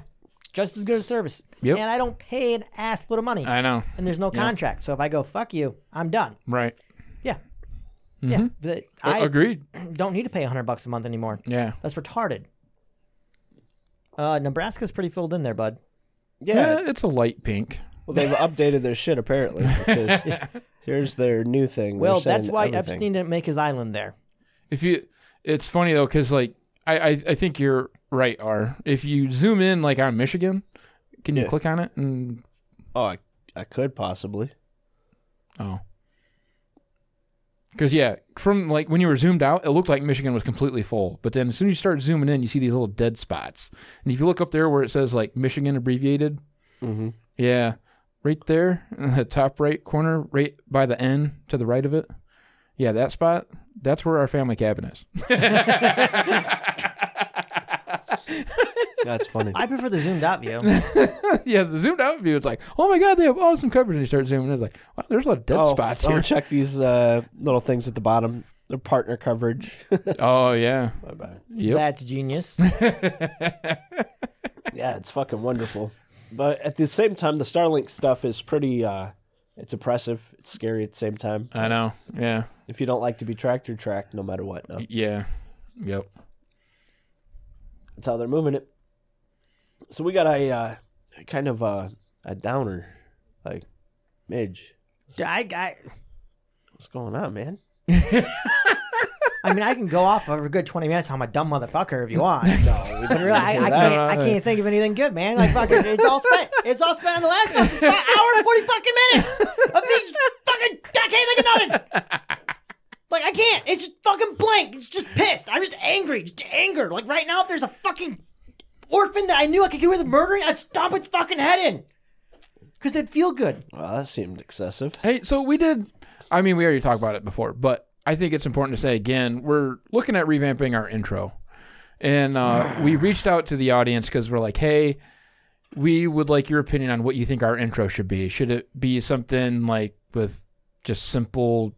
Just as good a service.
Yep.
And I don't pay an ass load of money.
I know.
and there's no contract. So if I go fuck you, I'm done.
Right.
Yeah. Yeah. But I
Oh, Agreed.
don't need to pay 100 bucks a month anymore.
Yeah.
That's retarded. Uh, Nebraska's pretty filled in there, bud.
Yeah, it's a light pink.
Well, they've updated their shit apparently. Because here's their new thing.
Well,
They're
that's
saying
why
everything.
Epstein didn't make his island there.
If you, it's funny though, because like I, I, I think you're right. R. If you zoom in like on Michigan, can you
Yeah.
click on it? And
Oh, I, I could possibly.
oh, because yeah, from like when you were zoomed out, it looked like Michigan was completely full. But then as soon as you start zooming in, you see these little dead spots. And if you look up there where it says like Michigan abbreviated,
Mm-hmm.
yeah, right there in the top right corner, right by the N to the right of it. Yeah, that spot. That's where our family cabin is.
That's funny.
I prefer the zoomed out view.
yeah, the zoomed out view, it's like, oh my god, they have awesome coverage. And you start zooming in, it's like, wow, there's a lot of dead
oh,
spots
oh,
here.
check these uh, little things at the bottom. Their partner coverage.
oh yeah,
My bad.
yep.
That's genius.
yeah, it's fucking wonderful. But at the same time, the Starlink stuff is pretty. Uh, it's oppressive. It's scary at the same time.
I know. Yeah,
If you don't like to be tracked, you're tracked no matter what. No.
yeah, yep.
That's how they're moving it. So we got a uh, kind of a, a downer, like midge.
I, I,
What's going on, man?
I mean, I can go off for a good 20 minutes. I'm a dumb motherfucker if you want.
No, we
But really, I, I, can't, I can't think of anything good, man. Like, fucking, it's all spent. It's all spent on the last fucking hour and 40 fucking minutes of these fucking. I can't think of nothing. Like, I can't. It's just fucking blank. It's just pissed. I'm just angry. Just anger. Like, right now, if there's a fucking orphan that I knew I could get away with murdering, I'd stomp its fucking head in. Because it'd feel good.
Well, that seemed excessive.
Hey, so we did. I mean, we already talked about it before, but I think it's important to say again. We're looking at revamping our intro, and uh, we reached out to the audience because we're like, hey, we would like your opinion on what you think our intro should be. Should it be something like with just simple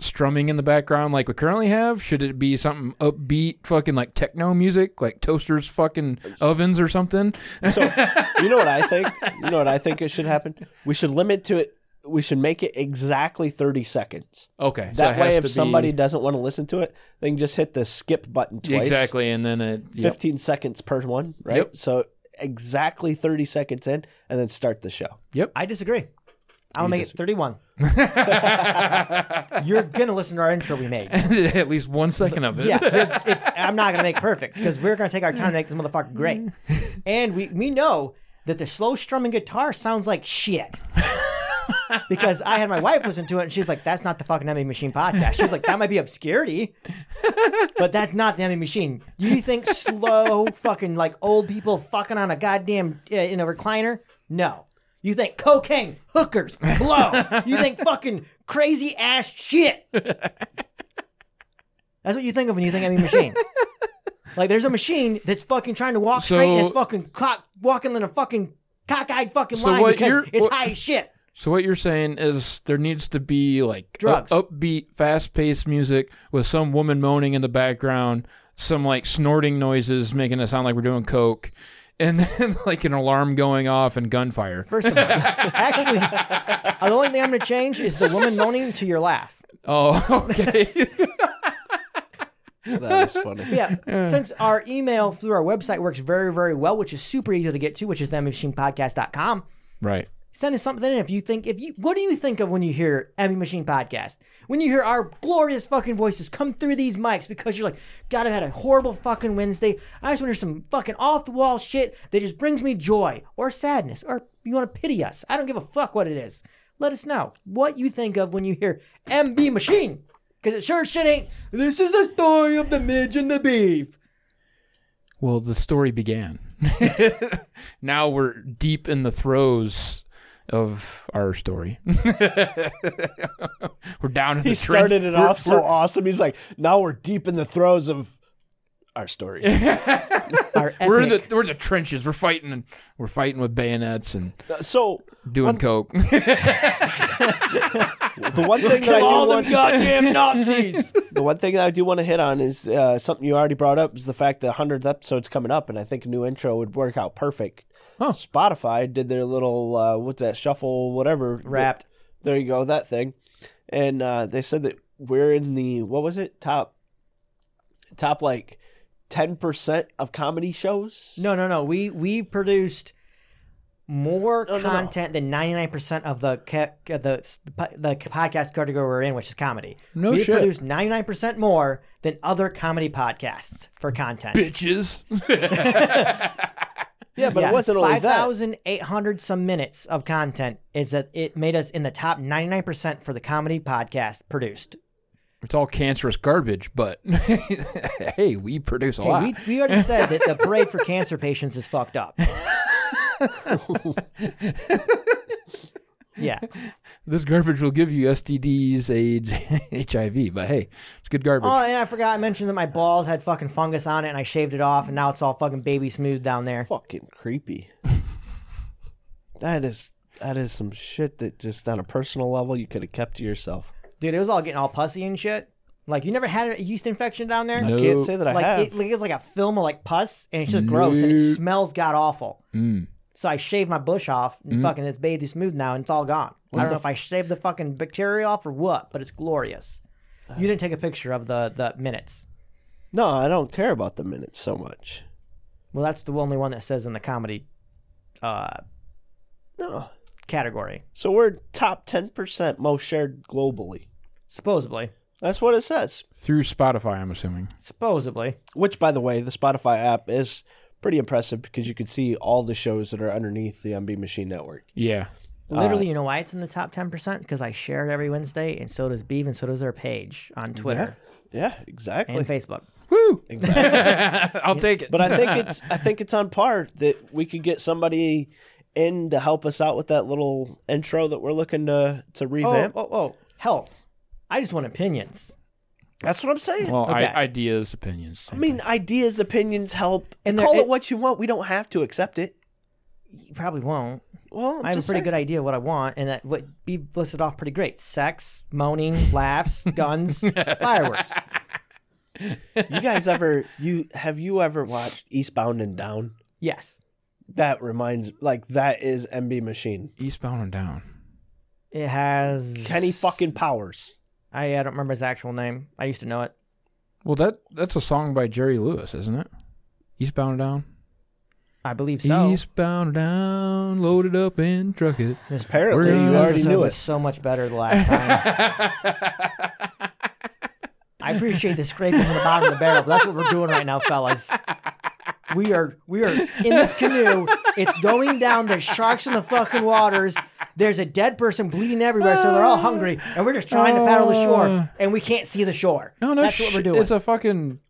strumming in the background like we currently have? Should it be something upbeat, fucking like techno music, like toasters, fucking ovens or something?
So, you know what I think? You know what I think it should happen? We should limit to it. We should make it exactly 30 seconds.
Okay, so
That
it has
way,
to
if
be-
somebody doesn't want to listen to it, they can just hit the skip button twice.
exactly, and then it yep.
15 seconds per one, right?
Yep.
So, exactly 30 seconds in, and then start the show.
I disagree. I'll make it 31. You're going to listen to our intro we made.
at least one second of it.
Yeah, it- it's, I'm not gonna make perfect because we're gonna take our time to make this motherfucker great, and we we know that the slow strumming guitar sounds like shit. because I had my wife listen to it, and she's like, "That's not the fucking Emmy Machine podcast." She's like, "That might be obscurity, but that's not the Emmy Machine." Do you think slow fucking like old people fucking on a goddamn uh, in a recliner? No. You think cocaine, hookers, blow. You think fucking crazy ass shit. That's what you think of when you think Emmy machine. like there's a machine that's fucking trying to walk straight and
So-
it's fucking cock walking in a fucking cockeyed fucking
So
line
what you're-
because it's
what-
high as shit.
So what you're saying is there needs to be like
Drugs.
up- upbeat, fast-paced music with some woman moaning in the background, some like snorting noises making it sound like we're doing coke, and then like an alarm going off and gunfire.
First of all, actually, uh, the only thing I'm gonna change is the woman moaning to your laugh.
Oh, okay.
That is funny.
Yeah, since our email through our website works very, very well, which is super easy to get to, which is themmachinepodcast.com.
right.
Send us something in if you think if you what do you think of when you hear Emmy Machine Podcast? When you hear our glorious fucking voices come through these mics because you're like, God, I've had a horrible fucking Wednesday. I just want to hear some fucking off the wall shit that just brings me joy or sadness or you want to pity us. I don't give a fuck what it is. Let us know what you think of when you hear MB Machine. Cause it sure as shit ain't this is the story of the midge and the beef.
Well, the story began. now we're deep in the throes of our story. we're down in
He
the
started it
trench-
off so
we're-
awesome. He's like, now we're deep in the throes of our story.
Our
We're, we're in the
epic-
we're in the trenches. We're fighting and we're fighting with bayonets and
so
doing coke.
the one thing that I do
all them
want,
goddamn Nazis.
the one thing that I do want to hit on is uh, something you already brought up is the fact that 100th episode's coming up, and I think a new intro would work out perfect.
Huh.
Spotify did their little uh, what's that shuffle whatever
Wrapped.
There you go, that thing, and uh, they said that we're in the what was it top top like 10% of comedy shows.
No, no, no. We we produced more
No, no, no.
content than ninety nine percent of the ca- the the po- the podcast category we're in, which is comedy.
No
we
shit.
produced ninety nine percent more than other comedy podcasts for content.
Bitches.
yeah, but it wasn't only
five
that.
thousand eight hundred some minutes of content. Is that it made us in the top ninety nine percent for the comedy podcast produced.
It's all cancerous garbage, but hey, we produce a
Hey,
lot.
we, we already said that the parade for cancer patients is fucked up. yeah.
This garbage will give you STDs, AIDS, HIV, but hey, it's good garbage.
Oh, and I forgot I mentioned that my balls had fucking fungus on it, and I shaved it off, and now it's all fucking baby smooth down there.
fucking creepy. that is that is some shit that just on a personal level you could have kept to yourself.
Dude, it was all getting all pussy and shit. Like you never had a yeast infection down there.
No.
Can't say that I
Like
have.
it, like it's like a film of like pus, and it's just gross, and it
Nope.
smells god awful.
Mm.
So I shaved my bush off, and fucking it's baby smooth now, and it's all gone. I don't know if I shaved the fucking bacteria off or what, but it's glorious. You didn't take a picture of the the minutes.
no, I don't care about the minutes so much.
Well, that's the only one that says in the comedy uh,
No.
category,
So we're top ten percent most shared globally.
supposedly.
That's what it says.
Through Spotify, I'm assuming.
Supposedly.
Which by the way, the Spotify app is pretty impressive because you can see all the shows that are underneath the MB Machine Network.
Yeah.
Literally, you know why it's in the top 10%? Because I share it every Wednesday, and so does Beav, and so does their page on Twitter
Yeah, exactly.
and Facebook.
Woo!
exactly.
I'll take it.
But I think it's I think it's on par that we could get somebody in to help us out with that little intro that we're looking to to
Oh,
revamp.
oh, oh, help. I just want opinions.
That's what I'm saying.
well,
Okay.
I, ideas, opinions.
I mean, ideas, opinions help.
And
And
there-
call
it-
it what you want. We don't have to accept it.
You probably won't.
Well, I'm
I have a pretty good idea what I want, and that what Beav listed off pretty great sex, moaning, laughs, guns, fireworks.
good. you guys ever you have you ever watched Eastbound and Down?
Yes.
That reminds like that is MB Machine.
Eastbound and down.
It has.
Kenny fucking Powers.
I, I don't remember his actual name. I used to know it.
Well, that that's a song by Jerry Lewis, isn't it? Eastbound and down.
I believe so.
Eastbound and down. Loaded up and truck it.
Apparently,
We're
you
gonna-
already knew
was
it.
so much better the last time. I appreciate the scraping on the bottom of the barrel, but that's what we're doing right now, fellas. We are we are in this canoe. It's going down. There's sharks in the fucking waters. There's a dead person bleeding everywhere, so they're all hungry, and we're just trying to paddle the shore, and we can't see the shore.
Oh. No, no,
that's what
sh-
we're doing.
It's a fucking.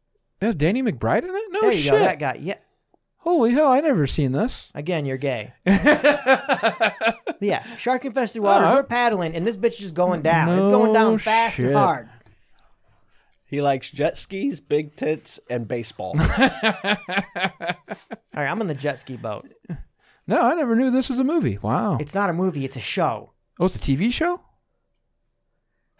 That's Danny McBride in it. No
there you
shit.
go. That guy. Yeah.
Holy hell! I never seen this.
Again, you're gay. yeah, shark infested waters.
All right.
We're paddling, and this bitch is going down. it's going
Uh-huh. No
down fast
shit.
and hard.
He likes jet skis, big tits, and baseball.
All right, I'm on the jet ski boat.
No, I never knew this was a movie. Wow.
It's not a movie; it's a show.
oh, it's a TV show.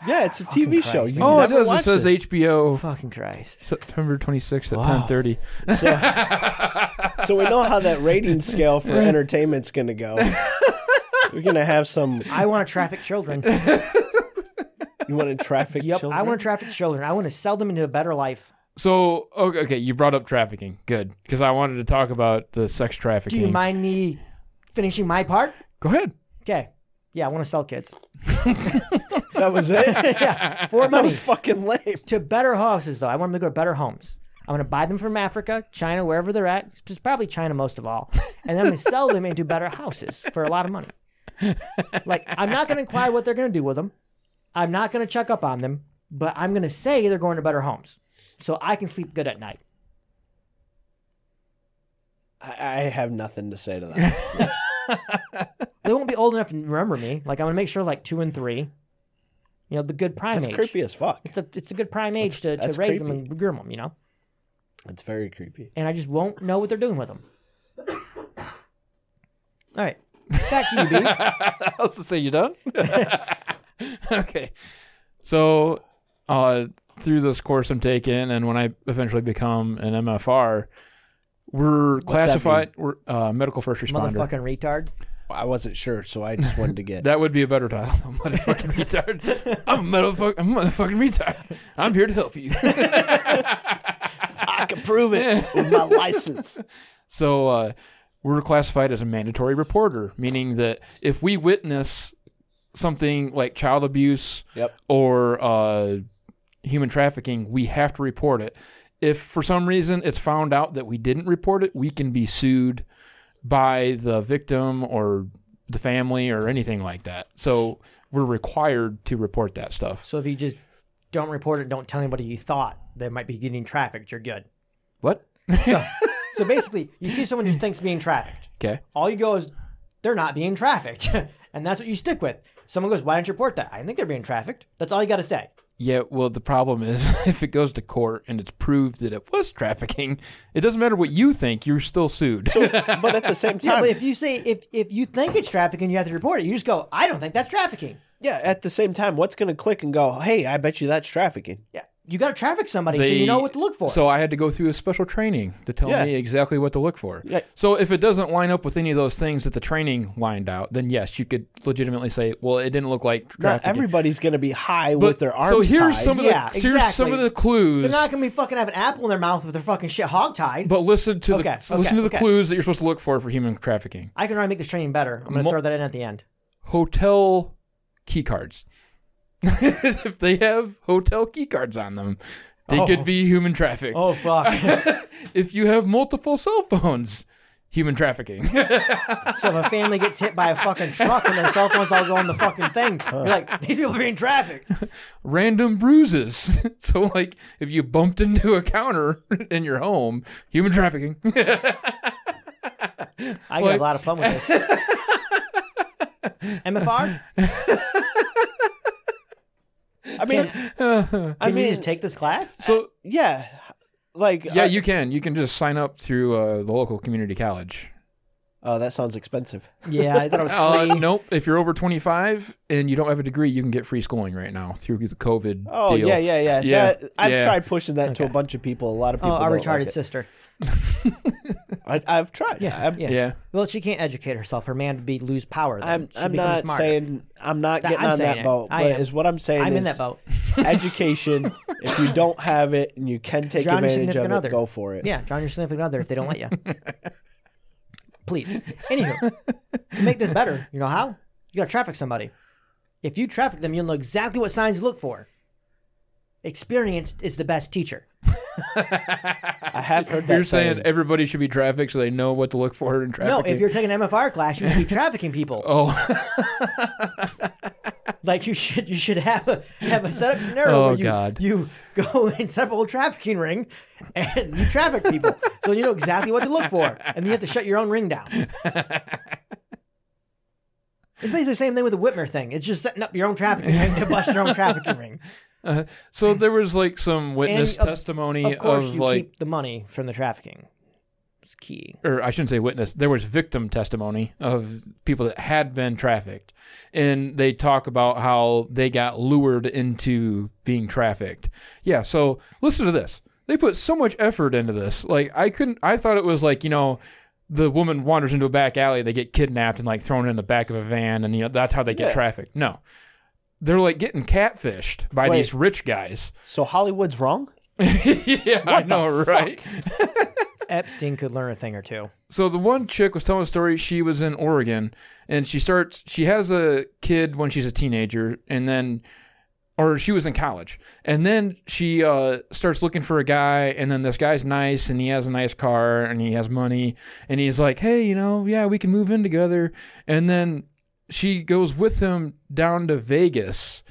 yeah, it's a
Fucking
TV show.
Christ.
You
Oh, it
never
does. It
watched
says
this. Oh,
HBO
Fucking Christ!
September 26th at
Wow.
10:30.
So, so we know how that rating scale for entertainment's going to go. We're going to have some.
I want to traffic children.
You want to traffic
yep,
children?
I want to traffic children. I want to sell them into a better life.
So, okay, okay, you brought up trafficking. Good, because I wanted to talk about the sex
Do
trafficking.
you mind me finishing my part?
Go ahead.
okay, yeah, I want to sell kids.
That was it.
yeah, for
that
money
was fucking lame.
to better houses, though. I want them to go to better homes. I'm going to buy them from Africa, China, wherever they're at. Just probably China most of all, and then I'm going to sell them into better houses for a lot of money. Like I'm not going to inquire what they're going to do with them. I'm not going to check up on them, but I'm going to say they're going to better homes, so I can sleep good at night.
I, I have nothing to say to that.
They won't be old enough to remember me. Like I'm going to make sure like two and three, you know, the good prime
That's
age.
creepy as fuck.
It's a, it's a good prime age to, to
that's
raise them
creepy.
and groom them, you know.
That's very creepy.
and I just won't know what they're doing with them. All right, back to you, Beef.
I was to say you done. okay, so uh, through this course I'm taking, and when I eventually become an MFR, we're classified. We're uh, medical first responder.
Motherfucking retard.
I wasn't sure, so I just wanted to get.
That would be a better title. I'm a motherfucking retard. I'm a motherfucking, I'm a motherfucking retard. I'm here to help you.
I can prove it with my license.
So uh, we're classified as a mandatory reporter, meaning that if we witness something like child abuse
Yep.
or uh, human trafficking, we have to report it. If for some reason it's found out that we didn't report it, we can be sued by the victim or the family or anything like that. So we're required to report that stuff.
So if you just don't report it, don't tell anybody you thought they might be getting trafficked, you're good.
What?
So, so basically, you see someone who thinks being trafficked.
Okay.
All you go is, they're not being trafficked. and that's what you stick with. Someone goes, why didn't you report that? I didn't think they're being trafficked. That's all you got to say.
Yeah, well, the problem is if it goes to court and it's proved that it was trafficking, it doesn't matter what you think, you're still sued.
But at the same
Yeah,
time,
but if you say, if, if you think it's trafficking, you have to report it. You just go, I don't think that's trafficking.
yeah, at the same time, what's going to click and go? Hey, I bet you that's trafficking.
Yeah. You got to traffic somebody so
They-
you know what to look for.
So I had to go through a special training to tell
Yeah.
me exactly what to look for.
Yeah.
So if it doesn't line up with any of those things that the training lined out, then yes, you could legitimately say, well, it didn't look like
Not
trafficking.
everybody's going to be high
But-
with their arms
so here's
tied.
some of
Yeah,
the here's some
exactly.
of the clues.
They're not gonna be fucking have an apple in their mouth with their fucking shit hogtied.
but listen to
Okay,
the listen
okay,
to the
okay.
clues that you're supposed to look for for human trafficking.
I can already make this training better. I'm gonna
Mo-
throw that in at the end.
hotel key cards. if they have hotel key cards on them, they could be human traffic.
Oh fuck!
If you have multiple cell phones, human trafficking.
so if a family gets hit by a fucking truck and their cell phones all go on the fucking thing, you're like, these people are being trafficked.
Random bruises. so like if you bumped into a counter in your home, human trafficking.
I got a lot of fun with this. MFR?
I mean, I
Can
mean,
you just take this class?
so
yeah, like uh,
yeah,
I-
you can. You can just sign up through uh, the local community college.
Oh, that sounds expensive.
Yeah, I thought it was
Uh,
free.
nope. If you're over 25 and you don't have a degree, you can get free schooling right now through the COVID.
Oh
deal.
yeah, yeah, yeah.
Yeah,
That- I've
yeah.
tried pushing that to a bunch of people. A lot of
Oh,
people.
our
don't
retarded
like it.
sister.
I, I've tried. Yeah, I'm,
Yeah.
Yeah.
Well, she can't educate herself. Her man would be lose power. Then.
I'm,
She
I'm
becomes
not
smarter.
saying I'm not
That-
getting
I'm
on
saying
that
it.
boat,
I
but
am.
is what I'm saying.
I'm
is
in that boat.
education. if you don't have it and you can take
Drown your
advantage of
significant
it,
other.
go for it.
Yeah, drown your significant other if they don't let you. Please. Anywho, to make this better, you know how? You gotta traffic somebody. If you traffic them, you'll know exactly what signs to look for. Experience is the best teacher.
I have heard that.
You're saying everybody should be trafficked so they know what to look for in
No,
traffic.
if you're taking an MFR class, you should be trafficking people.
oh,
Like you should, you should have a have a setup scenario
Oh,
where you
God.
you go and set up a whole trafficking ring, and you traffic people, so you know exactly what to look for, and you have to shut your own ring down. It's basically the same thing with the Whitmer thing. It's just setting up your own trafficking ring to bust your own trafficking ring.
so there was like some witness
of-
testimony
Of
of,
course, you
like,
keep the money from the trafficking. It's key.
or I shouldn't say witness. There was victim testimony of people that had been trafficked, and they talk about how they got lured into being trafficked. Yeah. So listen to this. They put so much effort into this. Like I couldn't. I thought it was like you know. The woman wanders into a back alley, they get kidnapped and like thrown in the back of a van, and you know that's how they get
Yeah.
trafficked. No, they're like getting catfished by
Wait.
these rich guys.
so Hollywood's wrong.
yeah, I
the
know, right?
Epstein could learn a thing or two.
so the one chick was telling a story she was in oregon and she starts she has a kid when she's a teenager and then or she was in college and then she uh, starts looking for a guy and then this guy's nice and he has a nice car and he has money and he's like hey you know yeah we can move in together and then she goes with him down to vegas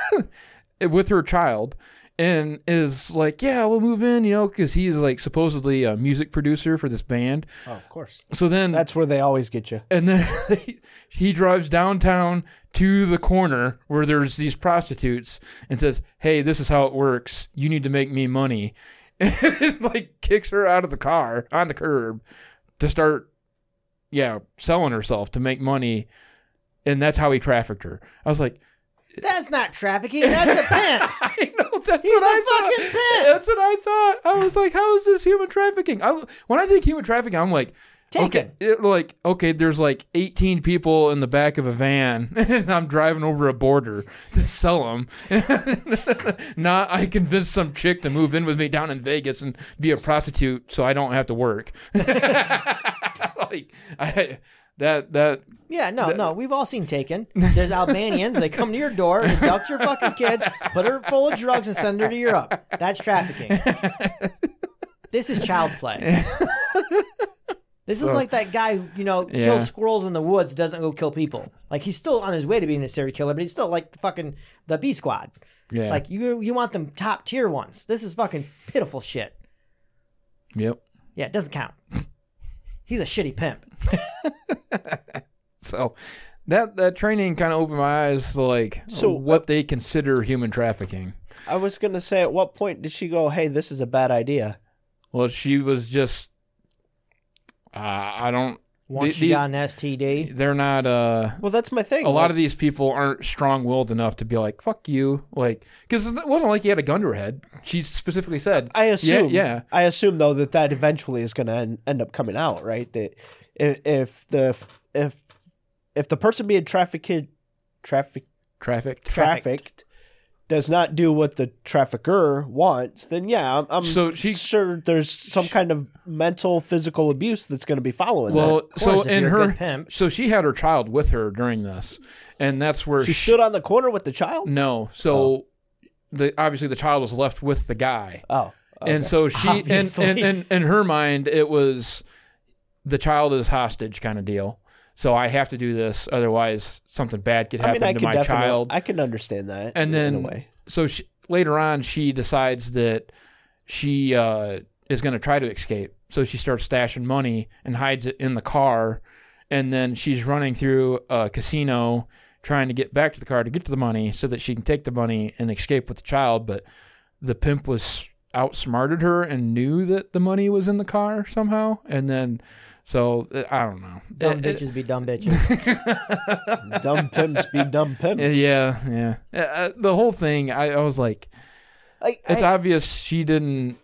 with her child and is like yeah we'll move in you know because he's like supposedly a music producer for this band
Oh, of course.
so then,
That's where they always get you.
and then he drives downtown to the corner where there's these prostitutes and says, "Hey, this is how it works. You need to make me money," and like kicks her out of the car on the curb to start, yeah, selling herself to make money, and that's how he trafficked her. I was like,
That's not trafficking. That's a pimp.
I know that's
He's
what
a
I
fucking
thought.
pimp.
That's what I thought. I was like, "How is this human trafficking?" I, when I think human trafficking, I'm like.
Take
okay,
him.
it, like okay, there's like 18 people in the back of a van, and I'm driving over a border to sell them. Not I convinced some chick to move in with me down in Vegas and be a prostitute, so I don't have to work. like I that that
Yeah, no, no. We've all seen Taken. There's Albanians. They come to your door, abduct your fucking kid, put her full of drugs, and send her to Europe. That's trafficking. This is child play. This is like that guy who, you know,
Yeah.
kills squirrels in the woods, doesn't go kill people. Like, he's still on his way to being a serial killer, but he's still like the fucking the B squad.
yeah
Like, you you want them top tier ones. This is fucking pitiful shit.
yep.
Yeah, it doesn't count. He's a shitty pimp.
So that that training kind of opened my eyes to like
So-
uh
what they consider human trafficking.
I was gonna say, at what point did she go? Hey, this is a bad idea.
Well, she was just uh, I don't.
Once
The-
you
these-
got an STD,
They're not uh
Well, that's my thing.
a lot of these people aren't strong-willed enough to be like "fuck you," like because it wasn't like he had a gun to her head. She specifically said,
I assume.
Yeah, yeah.
I assume though that that eventually is gonna en- end up coming out, right? That if, if the if if the person being trafficked traffic
"Trafficked."
trafficked. Does not do what the trafficker wants, then yeah, I'm, I'm
So she-
sure there's some kind of mental, physical abuse that's going to be following. that.
Well, so
course, if
in
you're a good
her,
pimp.
so she had her child with her during this, and that's where
she stood on the corner with the child.
No,
Oh.
so the obviously the child was left with the guy,
Oh,
and so she and,
Obviously.
and and in her mind it was the child is hostage kind of deal. So I have to do this, otherwise something bad could
I
happen
mean, I
to
can
my
definitely,
child.
I can understand that.
and
in-
then
in a way.
so she, later on she decides that she uh, is going to try to escape so she starts stashing money and hides it in the car and then she's running through a casino trying to get back to the car to get to the money so that she can take the money and escape with the child but the pimp was outsmarted her and knew that the money was in the car somehow and then so uh, i don't know
dumb
It- it-
bitches be dumb bitches.
dumb pimps be dumb pimps.
yeah yeah Uh, uh, the whole thing I, I was like
I,
it's
I,
obvious she didn't.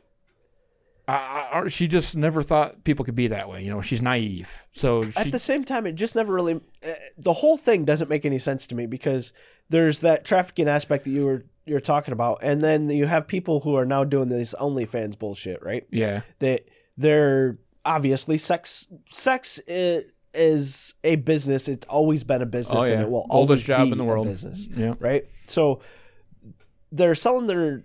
I, I, or she just never thought people could be that way. You know, she's naive. So she,
at the same time, it just never really. Uh, the whole thing doesn't make any sense to me because there's that trafficking aspect that you were you're talking about, and then you have people who are now doing this OnlyFans bullshit, right?
yeah,
That they're obviously sex sex is, is a business. It's always been a business,
Oh, yeah.
and it will
Oldest
always
job
be
in the
a
world.
business.
yeah,
right? So they're selling their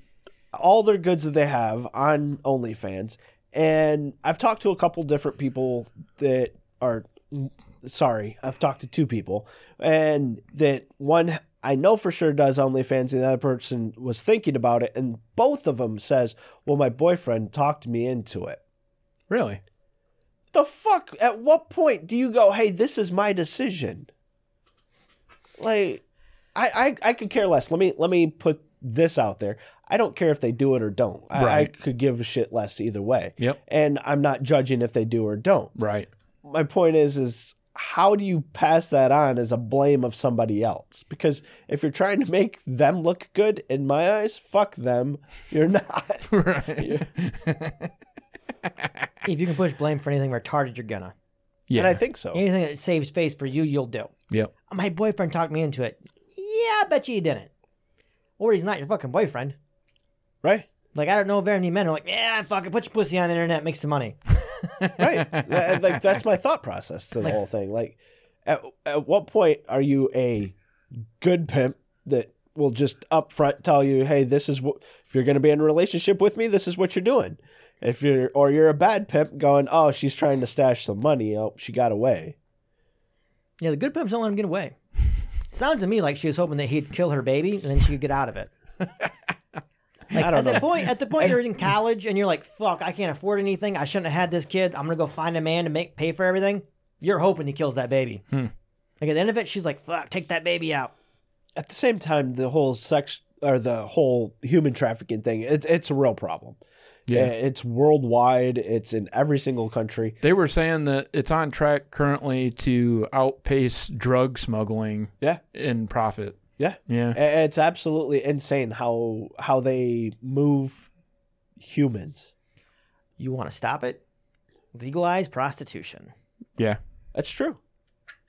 all their goods that they have on OnlyFans, and I've talked to a couple different people that are mm, sorry, I've talked to two people, and that one I know for sure does OnlyFans, and the other person was thinking about it, and both of them says, "Well, my boyfriend talked me into it."
really.
The fuck? At what point do you go, "Hey, this is my decision"? like I, I I could care less. Let me let me put this out there. I don't care if they do it or don't. I, I
Right.
could give a shit less either way.
Yep.
And I'm not judging if they do or don't.
Right.
My point is is how do you pass that on as a blame of somebody else? Because if you're trying to make them look good in my eyes, fuck them. You're not.
right.
if you can push blame for anything retarded, you're gonna.
Yeah.
And I think so.
Anything that saves face for you, you'll do.
yep.
My boyfriend talked me into it. Yeah, I bet you he didn't. Or he's not your fucking boyfriend.
Right?
Like I don't know very many men who are like, yeah, fucking put your pussy on the internet, make some money.
right. That- like that's my thought process to the whole thing. Like, at, at what point are you a good pimp that will just upfront tell you, "Hey, this is what if you're going to be in a relationship with me, this is what you're doing." If you're or you're a bad pimp going, "Oh, she's trying to stash some money. Oh, she got away."
Yeah, the good pimps don't let him get away. Sounds to me like she was hoping that he'd kill her baby and then she could get out of it. Like,
don't
at the point, at the point you're in college and you're like, "Fuck, I can't afford anything. I shouldn't have had this kid. I'm gonna go find a man to make pay for everything." You're hoping he kills that baby.
Hmm.
Like at the end of it, she's like, "Fuck, take that baby out."
At the same time, the whole sex or the whole human trafficking thing, it's it's a real problem.
Yeah.
It's worldwide. It's in every single country.
They were saying that it's on track currently to outpace drug smuggling
Yeah.
in profit.
Yeah.
Yeah.
I- It's absolutely insane how how they move humans.
You want to stop it? Legalize prostitution.
Yeah.
That's true.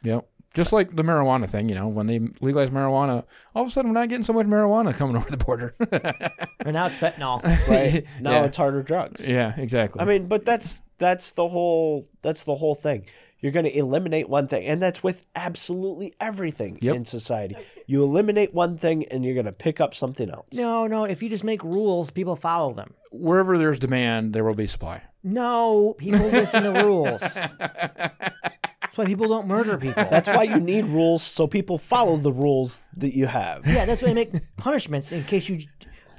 Yep. Just like the marijuana thing, you know, when they legalized marijuana, all of a sudden we're not getting so much marijuana coming over the border.
And now it's fentanyl.
Right now,
Yeah.
it's harder drugs.
yeah, exactly.
I mean, but that's that's the whole that's the whole thing. You're going to eliminate one thing, and that's with absolutely everything
Yep.
in society. You eliminate one thing, and you're going to pick up something else.
no, no. If you just make rules, people follow them.
wherever there's demand, there will be supply.
No, people listen to rules. That's why people don't murder people.
That's why you need rules, so people follow the rules that you have.
yeah, that's why they make punishments in case you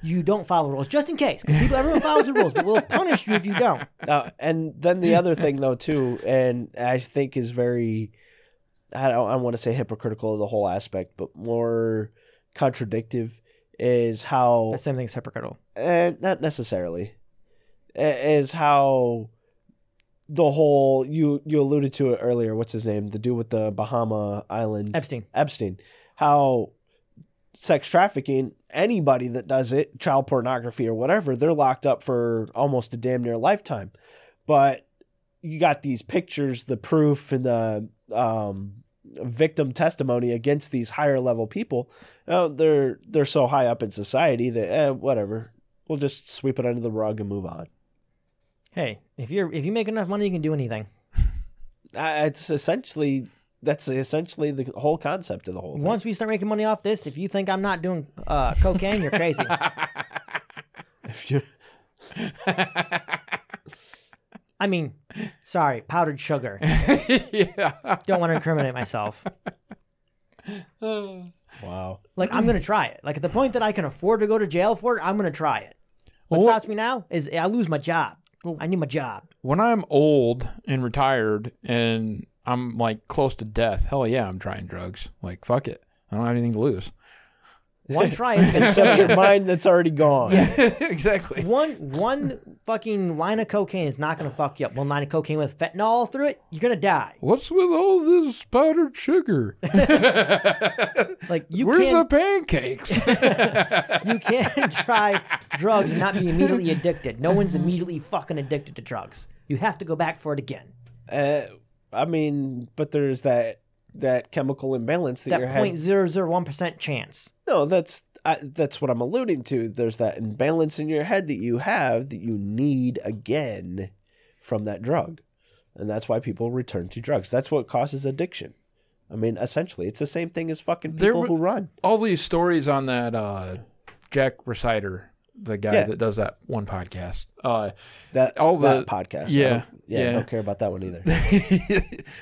you don't follow the rules, just in case, because people everyone follows the rules, but we'll punish you if you don't.
Uh, and then the other thing, though, too, and I think is very, I don't, I want to say hypocritical of the whole aspect, but more contradictive is how,
The same thing as hypocritical.
eh, not necessarily, eh, is how the whole you you alluded to it earlier. What's his name? The dude with the Bahama Island
Epstein.
Epstein. How sex trafficking, anybody that does it, child pornography or whatever, they're locked up for almost a damn near lifetime. But you got these pictures, the proof, and the um, victim testimony against these higher level people. Uh, they're they're so high up in society that eh, whatever, we'll just sweep it under the rug and move on.
Hey, if you're if you make enough money, you can do anything.
Uh, it's essentially that's essentially the whole concept of the whole thing.
Once we start making money off this, if you think I'm not doing uh, cocaine, you're crazy.
If you-
I mean, sorry, powdered sugar.
yeah.
Don't want to incriminate myself.
wow.
Like I'm gonna try it. Like at the point that I can afford to go to jail for it, I'm gonna try it. What
Well,
stops me now is I lose my job. I need my job.
when I'm old and retired and I'm like close to death, hell yeah, I'm trying drugs. Like, fuck it. I don't have anything to lose.
One try is gonna
except your mind that's already gone.
exactly.
one one fucking line of cocaine is not gonna fuck you up. One line of cocaine with fentanyl through it, you're gonna die.
What's with all this powdered sugar?
Like you
Where's the
can
pancakes?
you can try drugs and not be immediately addicted. No one's immediately fucking addicted to drugs. You have to go back for it again.
Uh, I mean, but there's that that chemical imbalance that,
That
you're
point
having.
zero zero one percent chance.
No, that's I, that's what I'm alluding to. There's that imbalance in your head that you have that you need again from that drug, and that's why people return to drugs. That's what causes addiction. I mean, essentially, it's the same thing as fucking
There
people
wa-
who run.
all these stories on that uh, Jack Reciter, the guy
Yeah.
that does that one podcast. Uh,
That
all
all
the-
that podcast. I
yeah,
don't- yeah,
yeah.
I don't care about that one either.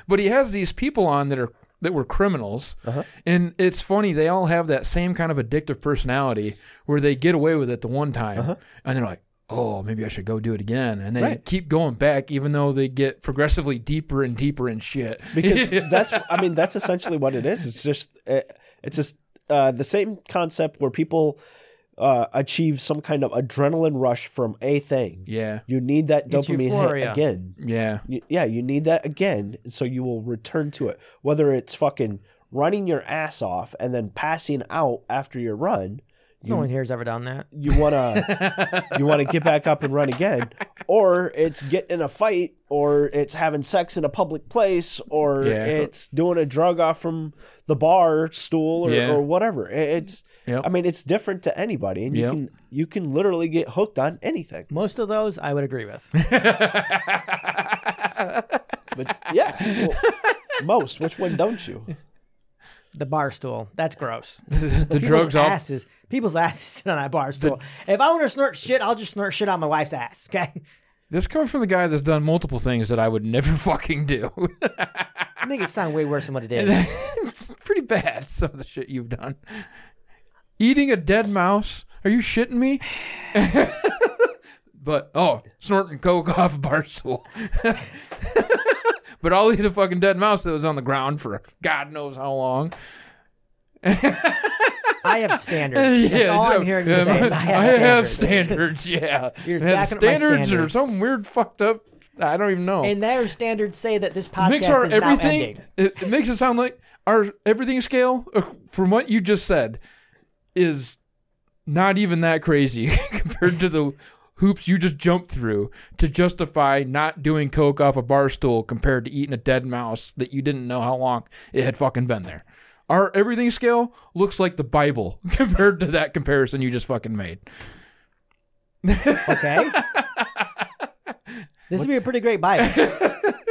but he has these people on that are that were criminals,
Uh-huh.
and it's funny they all have that same kind of addictive personality where they get away with it the one time, and they're like. Oh, maybe I should go do it again, and then
Uh-huh. Right.
keep going back, even though they get progressively deeper and deeper in shit.
because that's i mean that's essentially what it is it's just uh, it's just uh, the same concept where people uh, achieve some kind of adrenaline rush from a thing
yeah,
you need that
It's
dopamine hit
euphoria.
again
yeah,
Y- yeah you need that again so you will return to it whether it's fucking running your ass off and then passing out after your run
No one here's ever done that.
you want to you want to get back up and run again or it's getting in a fight, or it's having sex in a public place, or
Yeah.
it's doing a drug off from the bar stool, or,
Yeah.
or whatever. I- It's,
Yep.
I mean, it's different to anybody, and
Yep.
you can you can literally get hooked on anything.
Most of those I would agree with.
But yeah, well, most. Which one don't you?
The bar stool. That's gross.
the drugs all
asses. People's asses sit on that bar stool. if I want to snort shit, I'll just snort shit on my wife's ass. Okay.
This coming from the guy that's done multiple things that I would never fucking do.
Make it sound way worse than what it is.
it's pretty bad, some of the shit you've done. Eating a dead mouse? Are you shitting me? but, oh, snorting coke off a bar stool. but I'll eat a fucking dead mouse that was on the ground for God knows how long.
I have standards. That's all I'm
so-
hearing you
um,
say. is I have standards.
standards, yeah.
You're
Yeah,
backing up my
or
standards.
some weird fucked up. I don't even know.
And their standards say that this podcast
makes our
is now
everything
ending.
it, it makes it sound like our everything scale uh, from what you just said is not even that crazy compared to the hoops you just jumped through to justify not doing coke off a bar stool compared to eating a dead mouse that you didn't know how long it had fucking been there our everything scale looks like the bible compared to that comparison you just fucking made
Okay. This would be a pretty great Bible.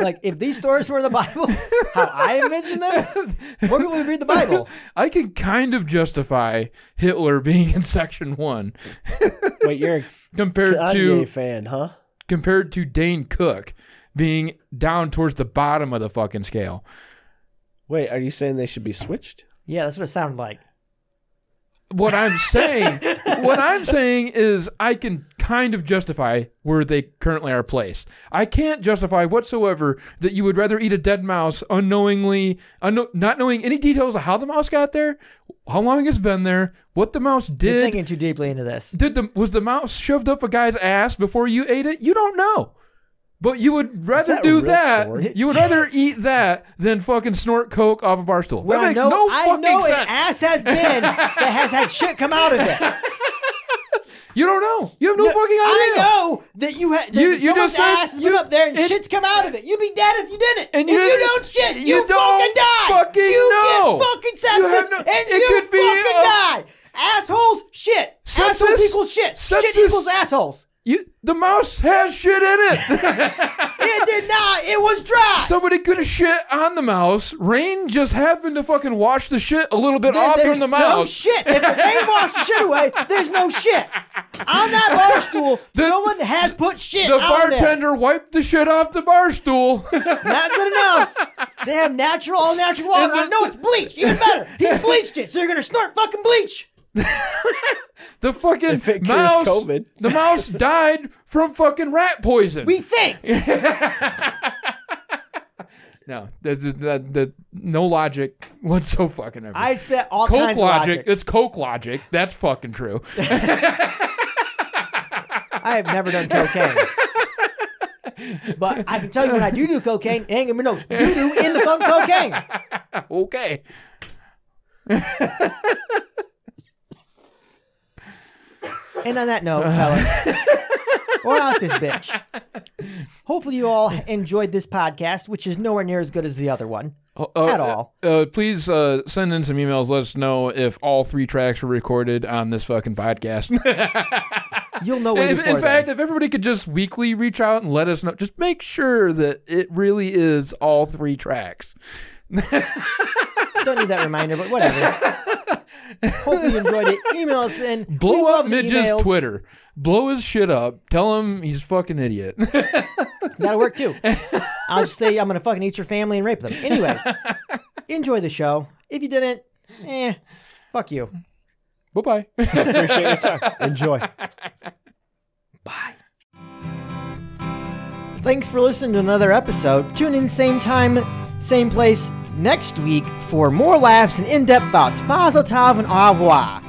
like if these stories were in the Bible, how I envision them, more people would read the Bible.
i can kind of justify hitler being in section 1
Wait, you're a
compared to
Kanye fan, huh?
compared to Dane Cook being down towards the bottom of the fucking scale.
Wait, are you saying they should be switched?
Yeah, that's what it sounded like.
What I'm saying, what I'm saying is I can kind of justify where they currently are placed. I can't justify whatsoever that you would rather eat a dead mouse unknowingly, unkno- not knowing any details of how the mouse got there, how long it's been there, what the mouse
You're
did.
thinking too deeply into this.
Did the was the mouse shoved up a guy's ass before you ate it? You don't know. But you would rather
that a
do
real
that.
story?
You would rather eat that than fucking snort coke off a bar stool.
Well,
that makes
I know,
no
I
fucking
know an
sense.
ass has been that has had shit come out of it.
you don't know. You have no, fucking idea.
I know that you had
You-
you,
you just
someone's
said-
ass has been
you-
up there and
it-
shit's come out of it. You'd be dead if you didn't.
And
if
you-
you, don't shit,
you
you,
don't
fucking die.
fucking
you
know.
get fucking
You have
sepsis
no-
and
it
you
could be
fucking
a-
die. Assholes, shit.
Sepsis?
Assholes equals shit. Shit
Sepsis?
equals assholes.
You, the mouse has shit in it.
It did not. It was dry.
Somebody could have shit on the mouse. Rain just happened to fucking wash the shit a little bit
Then
off
there's
from the
No
mouse.
shit. If the rain washed the shit away, there's no shit. On that bar stool,
The-
someone has put shit
the
on there.
bartender wiped the shit off the bar stool.
Not good enough. They have natural, all natural water.
And the-
I know it's bleach. Even better. He bleached it, so you're gonna snort fucking bleach.
The fucking
If it cures
mouse.
COVID.
The mouse died from fucking rat poison.
We think.
no, there's, there's- that- that- no logic whatsoever. Fucking ever.
I spit all
Coke
kinds
logic,
of logic.
It's Coke logic. That's fucking true.
I have never done cocaine. But I can tell you when I do do cocaine, it ain't gonna be no doo doo in the fun cocaine.
okay.
And on that note,
Uh-huh.
fellas, we're out this bitch. Hopefully, you all enjoyed this podcast, which is nowhere near as good as the other one.
Uh, uh,
At all.
Uh, please uh, send in some emails. Let us know if all three tracks were recorded on this fucking podcast.
You'll know way
in,
before
in fact,
then.
if everybody could just weekly reach out and let us know, just make sure that it really is all three tracks.
Don't need that reminder, but whatever. Hopefully, you enjoyed it. Email us in. We
Blow
love
up
the
Midge's
emails.
Twitter. Blow his shit up. Tell him he's a fucking idiot.
That'll work too. I'll just say I'm gonna fucking eat your family and rape them. Anyways, enjoy the show. If you didn't, eh, fuck you.
bye bye.
Appreciate your time. Enjoy.
Bye. Thanks for listening to another episode. Tune in same time, same place next week for more laughs and in-depth thoughts. Mazel tov and au revoir.